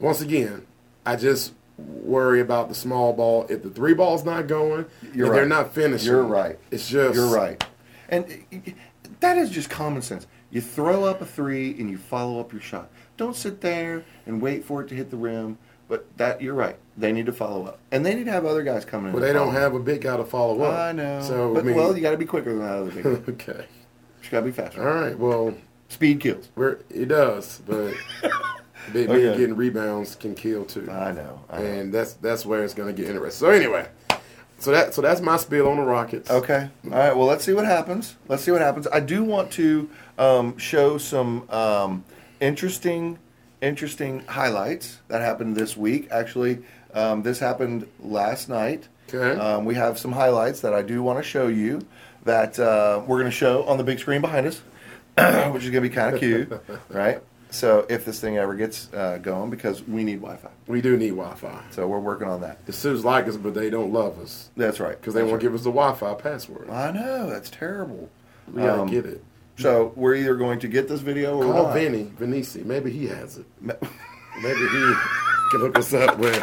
Speaker 1: once again, I just worry about the small ball. If the three ball's not going,
Speaker 2: You're
Speaker 1: if
Speaker 2: right.
Speaker 1: they're not finishing.
Speaker 2: You're right.
Speaker 1: It's just
Speaker 2: You're right. And i- i- that is just common sense. You throw up a three and you follow up your shot. Don't sit there and wait for it to hit the rim. But that you're right. They need to follow up, and they need to have other guys coming in.
Speaker 1: But
Speaker 2: to
Speaker 1: they don't
Speaker 2: follow
Speaker 1: have a big guy to follow
Speaker 2: up.
Speaker 1: up.
Speaker 2: I know.
Speaker 1: So,
Speaker 2: but
Speaker 1: I mean,
Speaker 2: well, you got to be quicker than that other people. you
Speaker 1: okay.
Speaker 2: got to be faster.
Speaker 1: All right. Well,
Speaker 2: Speed kills.
Speaker 1: we're, it does, but big men
Speaker 2: Okay.
Speaker 1: getting rebounds can kill too.
Speaker 2: I know. I know.
Speaker 1: and that's that's where it's going to get interesting. So anyway, so that so that's my spiel on the Rockets.
Speaker 2: Okay. All right. Well, let's see what happens. Let's see what happens. I do want to um, show some um, interesting, interesting highlights that happened this week. Actually, um, this happened last night.
Speaker 1: Okay.
Speaker 2: Um, we have some highlights that I do want to show you that uh, we're going to show on the big screen behind us, which is going to be kind of cute, right? So if this thing ever gets uh, going, because we need Wi-Fi,
Speaker 1: We do need Wi-Fi.
Speaker 2: so we're working on that.
Speaker 1: The Sims like us, but they don't love us
Speaker 2: That's right.
Speaker 1: because they
Speaker 2: That's
Speaker 1: won't
Speaker 2: right.
Speaker 1: give us the Wi-Fi password.
Speaker 2: I know that's terrible.
Speaker 1: We gotta
Speaker 2: Um,
Speaker 1: get it.
Speaker 2: So we're either going to get this video or
Speaker 1: Call
Speaker 2: not.
Speaker 1: Vinny, Vinici. Maybe he has it. Maybe he can hook us up with.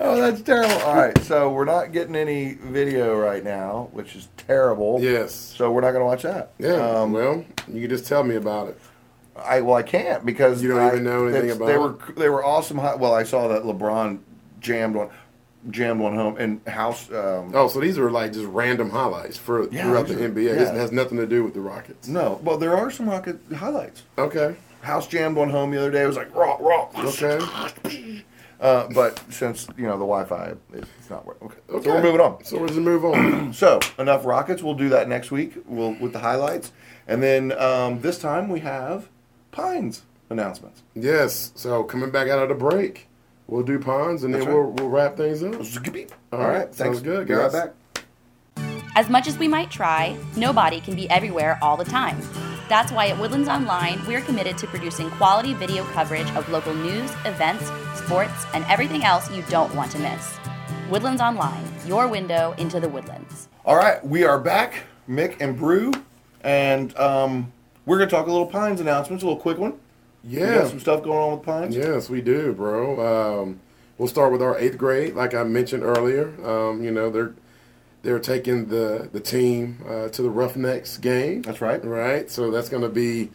Speaker 2: Oh, that's terrible. All right, so we're not getting any video right now, which is terrible.
Speaker 1: Yes.
Speaker 2: So we're not going to watch that.
Speaker 1: Yeah.
Speaker 2: Um,
Speaker 1: well, you can just tell me about it.
Speaker 2: I well, I can't because
Speaker 1: You don't
Speaker 2: I-
Speaker 1: even know anything
Speaker 2: it's-
Speaker 1: about
Speaker 2: They
Speaker 1: it?
Speaker 2: were they were awesome. Hot, well, I saw that LeBron jammed one, jammed one home and house. Um,
Speaker 1: Oh, so these are like just random highlights for
Speaker 2: Yeah,
Speaker 1: throughout the
Speaker 2: these are-
Speaker 1: NBA. It
Speaker 2: yeah.
Speaker 1: has nothing to do with the Rockets.
Speaker 2: No, well, there are some rocket highlights.
Speaker 1: Okay.
Speaker 2: House jammed one home the other day. It was like raw, raw.
Speaker 1: Okay.
Speaker 2: Uh, but since you know the Wi-Fi, it's not working.
Speaker 1: okay.
Speaker 2: Okay. So we're moving on.
Speaker 1: So we'll just move on.
Speaker 2: So enough rockets. We'll do that next week. We'll with the highlights, and then um, this time we have Pines announcements.
Speaker 1: Yes. So coming back out of the break, we'll do pawns and
Speaker 2: That's
Speaker 1: then
Speaker 2: right.
Speaker 1: we'll, we'll wrap things up.
Speaker 2: All
Speaker 1: right, sounds
Speaker 2: right, thanks.
Speaker 1: good,
Speaker 2: Be right
Speaker 1: guys.
Speaker 2: back.
Speaker 3: As much as we might try, nobody can be everywhere all the time. That's why at Woodlands Online, we're committed to producing quality video coverage of local news, events, sports, and everything else you don't want to miss. Woodlands Online, your window into the woodlands.
Speaker 2: All right, we are back, Mick and Brew, and um, we're gonna talk a little Pines announcements, a little quick one. We
Speaker 1: Yeah.
Speaker 2: got some stuff going on with Pines.
Speaker 1: Yes, we do, bro. Um, we'll start with our eighth grade, like I mentioned earlier. Um, you know, they're they're taking the the team uh, to the Roughnecks game.
Speaker 2: That's right.
Speaker 1: Right. So that's going to be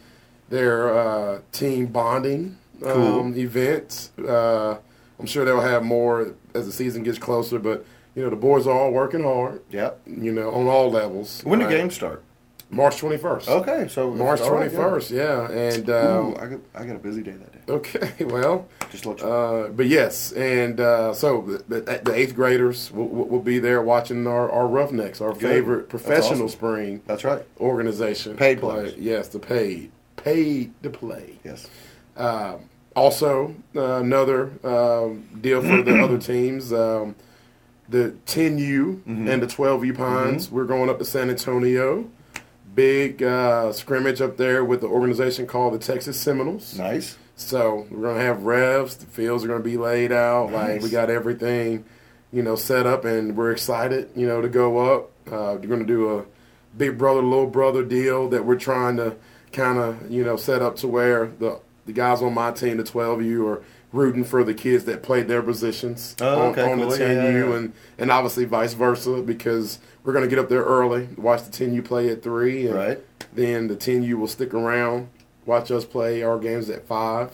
Speaker 1: their uh, team bonding
Speaker 2: Cool.
Speaker 1: um, event. Uh, I'm sure they'll have more as the season gets closer, but you know the boys are all working hard.
Speaker 2: Yep.
Speaker 1: You know, on all levels.
Speaker 2: When do
Speaker 1: right?
Speaker 2: games start?
Speaker 1: March 21st.
Speaker 2: Okay, so
Speaker 1: March
Speaker 2: all right,
Speaker 1: 21st, yeah. And
Speaker 2: yeah.
Speaker 1: um,
Speaker 2: Ooh, I got, I got a busy day that day.
Speaker 1: okay, well,
Speaker 2: Just let you.
Speaker 1: uh, but yes, and uh, so the, the the eighth graders will, will will be there watching our, our Roughnecks, our favorite
Speaker 2: That's
Speaker 1: professional
Speaker 2: awesome.
Speaker 1: spring
Speaker 2: That's right.
Speaker 1: organization.
Speaker 2: Paid
Speaker 1: play.
Speaker 2: players.
Speaker 1: Yes, the paid. Paid to play.
Speaker 2: Yes.
Speaker 1: Um, also, uh, another um, deal for the other teams. Um, the 10U and the 12U Pines. We're going up to San Antonio. Big uh, scrimmage up there with the organization called the Texas Seminoles.
Speaker 2: Nice.
Speaker 1: So we're gonna have revs. The fields are gonna be laid out. Like
Speaker 2: Nice.
Speaker 1: we got everything, you know, set up, and we're excited, you know, to go up. Uh, we're gonna do a big brother, little brother deal that we're trying to kind of, you know, set up to where the the guys on my team, the twelve U, are rooting for the kids that played their positions
Speaker 2: Oh,
Speaker 1: on,
Speaker 2: okay,
Speaker 1: on the
Speaker 2: cool. Yeah,
Speaker 1: ten U,
Speaker 2: yeah, yeah.
Speaker 1: and and obviously vice versa because we're gonna get up there early, watch the ten U play at three, and
Speaker 2: Right.
Speaker 1: then the 10U will stick around, watch us play our games at 5.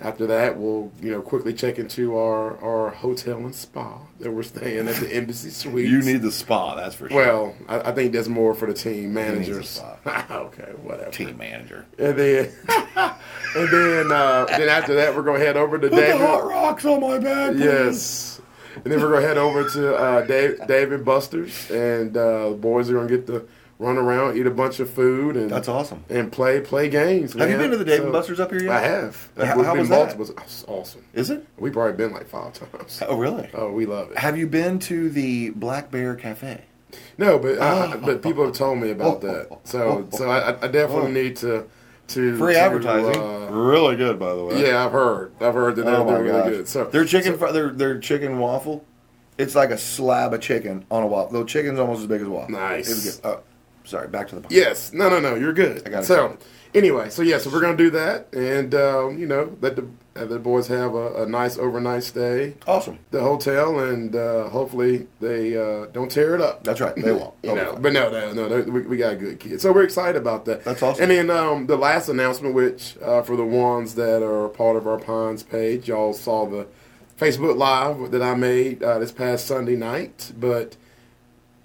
Speaker 1: After that, we'll, you know, quickly check into our, our hotel and spa that we're staying at the Embassy Suites.
Speaker 2: You need the spa. That's for sure.
Speaker 1: Well, I, I think that's more for the team
Speaker 2: needs a
Speaker 1: managers.
Speaker 2: spa.
Speaker 1: okay, whatever.
Speaker 2: team manager.
Speaker 1: And then, and then, uh, then after that, we're gonna head over to
Speaker 2: Put the hot
Speaker 1: David.
Speaker 2: rocks on my back. please.
Speaker 1: Yes. And then we're gonna head over to uh, Dave, David Buster's, and uh, the boys are gonna get to run around, eat a bunch of food, and
Speaker 2: That's awesome.
Speaker 1: and play play games.
Speaker 2: Have you
Speaker 1: man.
Speaker 2: been to the Dave
Speaker 1: So-
Speaker 2: and Buster's up here yet?
Speaker 1: I have.
Speaker 2: Uh, how-
Speaker 1: We've
Speaker 2: how
Speaker 1: been
Speaker 2: was that?
Speaker 1: multiple- It's awesome.
Speaker 2: Is it?
Speaker 1: We've probably been like five times.
Speaker 2: Oh, really?
Speaker 1: Oh, we love it.
Speaker 2: Have you been to the Black Bear Cafe?
Speaker 1: No, but
Speaker 2: Ah.
Speaker 1: I, I- but people have told me about that. So so I, I definitely need to to
Speaker 2: Oh. Free
Speaker 1: to,
Speaker 2: advertising.
Speaker 1: uh,
Speaker 2: really good, by the way.
Speaker 1: yeah, I've heard. I've heard that they're,
Speaker 2: Oh my
Speaker 1: they're really
Speaker 2: gosh.
Speaker 1: good. So
Speaker 2: their chicken, fr- their their chicken waffle, it's like a slab of chicken on a waffle. The chicken's almost as big as a waffle.
Speaker 1: Nice.
Speaker 2: It was good. Oh, sorry, back to the podcast.
Speaker 1: Yes. No, no, no. You're good.
Speaker 2: I got it.
Speaker 1: so, anyway, so yeah, so we're gonna do that, and um, you know, let the have the boys have a, a nice overnight stay, at
Speaker 2: Awesome.
Speaker 1: the hotel, and uh, hopefully they uh, don't tear it up.
Speaker 2: That's right. They won't.
Speaker 1: You know,
Speaker 2: Okay.
Speaker 1: but no, no, no, no, we, we got good kids, so we're excited about that.
Speaker 2: That's awesome.
Speaker 1: And then um, the last announcement, which uh, for the ones that are part of our Pines page, y'all saw the Facebook Live that I made uh, this past Sunday night. But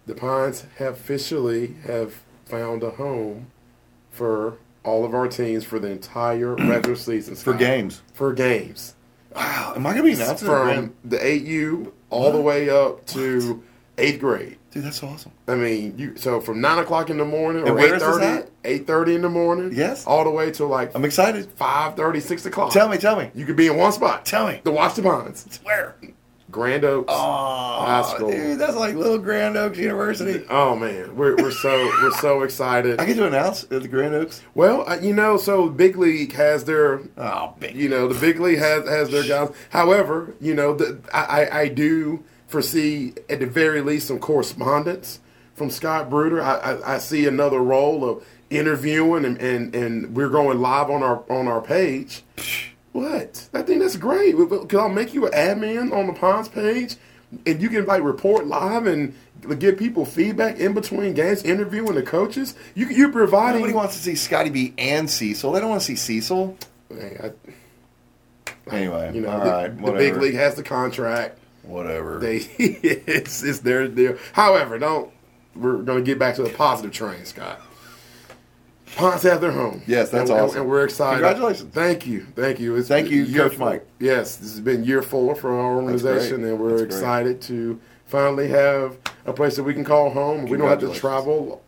Speaker 1: the Pines have officially have found a home for all of our teams for the entire regular season.
Speaker 2: for
Speaker 1: Scott.
Speaker 2: games.
Speaker 1: For games
Speaker 2: Wow. Am I gonna be announcing it,
Speaker 1: from
Speaker 2: man?
Speaker 1: the 8U all the way up to eighth grade.
Speaker 2: Dude, that's awesome.
Speaker 1: I mean, you so from nine o'clock in the morning
Speaker 2: And
Speaker 1: or
Speaker 2: where
Speaker 1: eight
Speaker 2: is this
Speaker 1: thirty,
Speaker 2: at?
Speaker 1: eight thirty in the morning.
Speaker 2: Yes.
Speaker 1: all the way till like
Speaker 2: I'm excited.
Speaker 1: five thirty, six o'clock.
Speaker 2: Tell me, tell me.
Speaker 1: you could be in one spot.
Speaker 2: Tell me.
Speaker 1: the Watch the Ponds,
Speaker 2: Where?
Speaker 1: Grand Oaks.
Speaker 2: Oh,
Speaker 1: school.
Speaker 2: dude, that's like Little Grand Oaks University.
Speaker 1: Oh, man, we're we're so we're so excited.
Speaker 2: I get to announce at the Grand Oaks.
Speaker 1: Well, I, you know, so Big League has their
Speaker 2: Oh, big.
Speaker 1: you know the big league has has their guys. However, you know the, I I- I do foresee at the very least some correspondence from Scott Bruder. I I, I see another role of interviewing and, and and we're going live on our on our page. What I think that's great because I'll make you an admin on the Ponds page. And you can like report live and give people feedback in between games, interviewing the coaches. You you're providing.
Speaker 2: Nobody wants to see Scotty B and Cecil. They don't want to see Cecil.
Speaker 1: Hey, I-
Speaker 2: Anyway,
Speaker 1: You know,
Speaker 2: all
Speaker 1: the,
Speaker 2: right,
Speaker 1: the
Speaker 2: whatever.
Speaker 1: big league has the contract.
Speaker 2: whatever.
Speaker 1: They it's it's their deal. However, don't we're gonna get back to the positive train, Scott. Ponce have their home.
Speaker 2: Yes, that's
Speaker 1: and, and-
Speaker 2: awesome.
Speaker 1: And we're excited.
Speaker 2: Congratulations.
Speaker 1: Thank you, thank you. It's
Speaker 2: Thank you,
Speaker 1: year
Speaker 2: Coach
Speaker 1: four-
Speaker 2: Mike.
Speaker 1: Yes, this has been year four for our organization,
Speaker 2: great.
Speaker 1: and we're
Speaker 2: That's great.
Speaker 1: excited to finally have a place that we can call home. We don't have to
Speaker 2: Congratulations.
Speaker 1: travel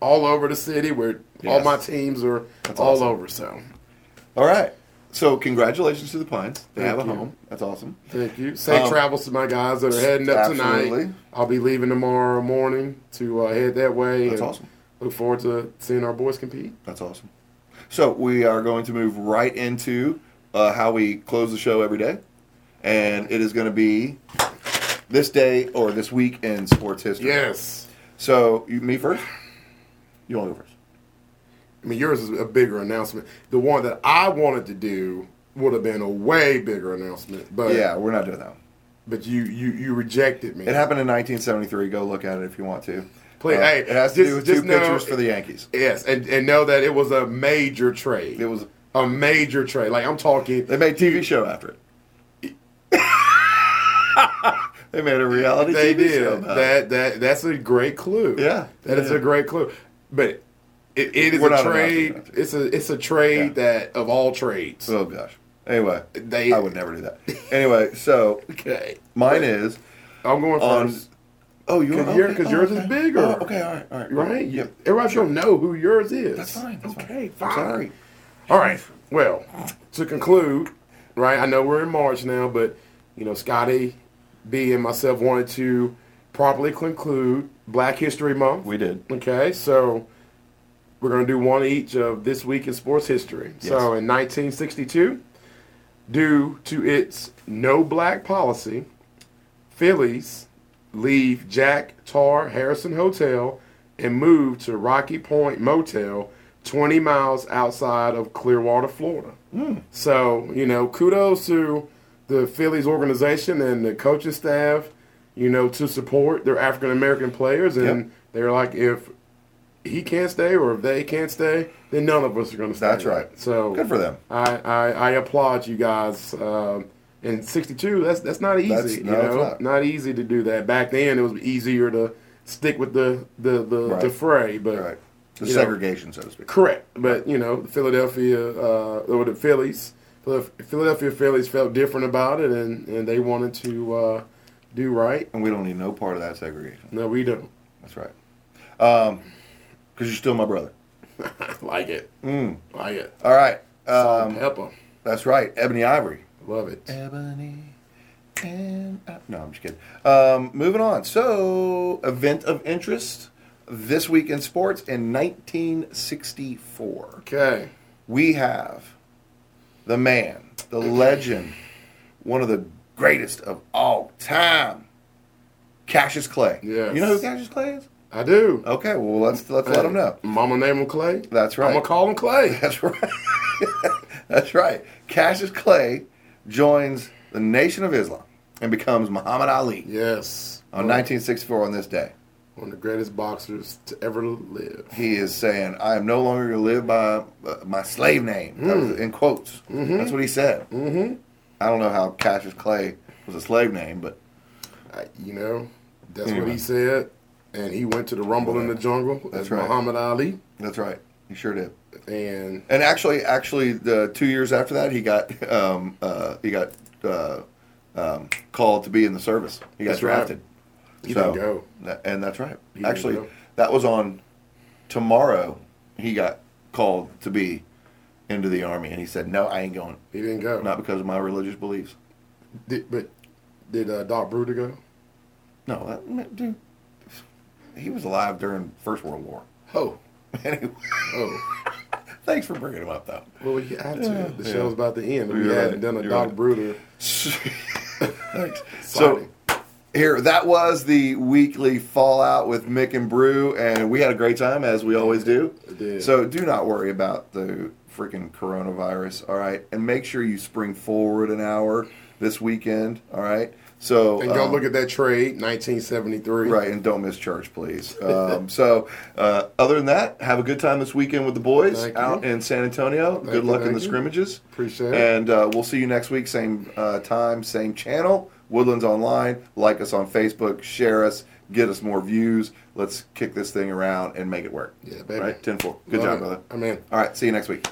Speaker 1: all over the city where all
Speaker 2: Yes.
Speaker 1: my teams are
Speaker 2: That's
Speaker 1: all
Speaker 2: awesome.
Speaker 1: over. So
Speaker 2: all right. So congratulations to the Pines. They
Speaker 1: Thank
Speaker 2: have a
Speaker 1: you.
Speaker 2: home. That's awesome.
Speaker 1: Thank you. Safe
Speaker 2: Um,
Speaker 1: travels to my guys that are heading up tonight.
Speaker 2: absolutely.
Speaker 1: I'll be leaving tomorrow morning to uh, head that way.
Speaker 2: That's
Speaker 1: and
Speaker 2: awesome.
Speaker 1: Look forward to seeing our boys compete.
Speaker 2: That's awesome. So we are going to move right into uh, how we close the show every day, and it is going to be this day or this week in sports history.
Speaker 1: Yes.
Speaker 2: So you, me first. You want to go first?
Speaker 1: I mean, yours is a bigger announcement. The one that I wanted to do would have been a way bigger announcement, but
Speaker 2: yeah, we're not doing that. One.
Speaker 1: but you you you rejected me.
Speaker 2: It happened in 1973. Go look at it if you want to. Uh,
Speaker 1: Please, hey,
Speaker 2: it has to
Speaker 1: just-
Speaker 2: do with
Speaker 1: just
Speaker 2: two
Speaker 1: know-
Speaker 2: pictures for the Yankees.
Speaker 1: yes, and and know that it was a major trade.
Speaker 2: It was.
Speaker 1: a major trade. Like I'm talking.
Speaker 2: They made a TV show after it. they made a reality
Speaker 1: They
Speaker 2: TV
Speaker 1: did.
Speaker 2: show. About it.
Speaker 1: That that that's a great clue.
Speaker 2: Yeah.
Speaker 1: that is
Speaker 2: Yeah.
Speaker 1: a great clue. But It, it is
Speaker 2: We're
Speaker 1: a
Speaker 2: not
Speaker 1: trade.
Speaker 2: announcing that.
Speaker 1: It's a it's a trade that of all trades.
Speaker 2: Oh gosh. Anyway,
Speaker 1: They-
Speaker 2: I would never do that. Anyway, so
Speaker 1: okay,
Speaker 2: mine is
Speaker 1: I'm going
Speaker 2: on.
Speaker 1: first.
Speaker 2: Oh, you
Speaker 1: 'Cause
Speaker 2: okay.
Speaker 1: your- 'cause
Speaker 2: Oh,
Speaker 1: yours is
Speaker 2: okay.
Speaker 1: bigger.
Speaker 2: Oh, okay, all right, all right,
Speaker 1: Right?
Speaker 2: Yep.
Speaker 1: Everybody's gonna know who yours is.
Speaker 2: That's fine. That's
Speaker 1: okay, fine.
Speaker 2: fine. I'm sorry.
Speaker 1: All right. Well, to conclude, right? I know we're in March now, but you know, Scotty B and myself wanted to properly conclude Black History Month.
Speaker 2: We did.
Speaker 1: Okay, so we're going to do one each of this week in sports history. So
Speaker 2: Yes.
Speaker 1: in 1962, due to its no black policy, Phillies leave Jack Tar Harrison Hotel and move to Rocky Point Motel, 20 miles outside of Clearwater, Florida.
Speaker 2: Hmm.
Speaker 1: So, you know, kudos to the Phillies organization and the coaching staff, you know, to support their African American players. And
Speaker 2: Yep.
Speaker 1: they're like, if he can't stay or if they can't stay, then none of us are going to stay.
Speaker 2: That's right.
Speaker 1: So
Speaker 2: Good for them.
Speaker 1: I, I, I applaud you guys. Um, in '62, that's that's not easy.
Speaker 2: That's-
Speaker 1: you
Speaker 2: no, it's
Speaker 1: know,
Speaker 2: not.
Speaker 1: easy to do that. Back then, it was easier to stick with the the the,
Speaker 2: Right.
Speaker 1: the fray, but
Speaker 2: All right. The
Speaker 1: you know,
Speaker 2: segregation, so to speak.
Speaker 1: Correct, but you know, Philadelphia uh, or the Phillies, Phil- Philadelphia Phillies felt different about it, and, and they wanted to uh, do right.
Speaker 2: And we don't need no part of that segregation.
Speaker 1: No, we don't
Speaker 2: That's right. Because you're still my brother.
Speaker 1: like it.
Speaker 2: Mm.
Speaker 1: Like it.
Speaker 2: All right.
Speaker 1: Salt
Speaker 2: Um,
Speaker 1: and pepper,
Speaker 2: that's right. Ebony Ivory.
Speaker 1: love it.
Speaker 2: Ebony and I- no, I'm just kidding. Um, moving on. So, event of interest this week in sports in 1964.
Speaker 1: Okay,
Speaker 2: We have the man, the legend, one of the greatest of all time, Cassius Clay.
Speaker 1: Yes.
Speaker 2: You know who Cassius Clay is?
Speaker 1: I do.
Speaker 2: Okay, well let's let's Uh, let him know.
Speaker 1: Mama name him Clay.
Speaker 2: That's right.
Speaker 1: I'm gonna call him Clay.
Speaker 2: That's right. That's right. Cassius Clay joins the Nation of Islam and becomes Muhammad Ali
Speaker 1: yes.
Speaker 2: on 1964 on this day.
Speaker 1: One of the greatest boxers to ever live.
Speaker 2: He is saying, "I am no longer going to live by uh, my slave name." That was in quotes. That's what he said. Mm-hmm. I don't know how Cassius Clay was a slave name, but
Speaker 1: I, you know, that's what
Speaker 2: Anyway.
Speaker 1: he said. And he went to the Rumble in the Jungle
Speaker 2: That's
Speaker 1: as
Speaker 2: right.
Speaker 1: Muhammad Ali.
Speaker 2: that's right. He sure did.
Speaker 1: And
Speaker 2: And actually, actually, the two years after that, he got um, uh, he got uh, um, called to be in the service. He got
Speaker 1: That's right.
Speaker 2: drafted.
Speaker 1: He didn't go.
Speaker 2: tha- and that's right.
Speaker 1: He didn't
Speaker 2: Actually,
Speaker 1: go.
Speaker 2: that was on tomorrow. He got called to be into the army, and he said, "No, I ain't going.
Speaker 1: he didn't go.
Speaker 2: Not because of my religious beliefs.
Speaker 1: Did, but did uh, Doc Bruder go?
Speaker 2: No, that, man, dude. He was alive during First World War.
Speaker 1: Oh,
Speaker 2: Anyway,
Speaker 1: oh.
Speaker 2: thanks for bringing him up, though.
Speaker 1: Well, we had to. the
Speaker 2: Yeah.
Speaker 1: show's about to end. We
Speaker 2: You're
Speaker 1: hadn't
Speaker 2: right.
Speaker 1: done a
Speaker 2: You're
Speaker 1: Doc
Speaker 2: right.
Speaker 1: Bruder.
Speaker 2: Thanks. So here, that was the weekly fallout with Mick and Brew, and we had a great time as we always do.
Speaker 1: We did.
Speaker 2: So do not worry about the freaking coronavirus. All right, and make sure you spring forward an hour this weekend. All right. So
Speaker 1: And go
Speaker 2: um,
Speaker 1: look at that trade, 1973.
Speaker 2: Right, and don't miss church, please. Um, so, uh, other than that, have a good time this weekend with the boys
Speaker 1: Thank you.
Speaker 2: out in San Antonio. good
Speaker 1: you,
Speaker 2: luck in
Speaker 1: thank
Speaker 2: the
Speaker 1: you.
Speaker 2: scrimmages.
Speaker 1: Appreciate it.
Speaker 2: And uh, we'll see you next week, same uh, time, same channel. Woodlands Online. Like us on Facebook. Share us. Get us more views. Let's kick this thing around and make it work.
Speaker 1: Yeah, baby.
Speaker 2: Right, 10 4. Good
Speaker 1: Love
Speaker 2: job,
Speaker 1: it.
Speaker 2: brother.
Speaker 1: I'm in.
Speaker 2: All right, see you next week.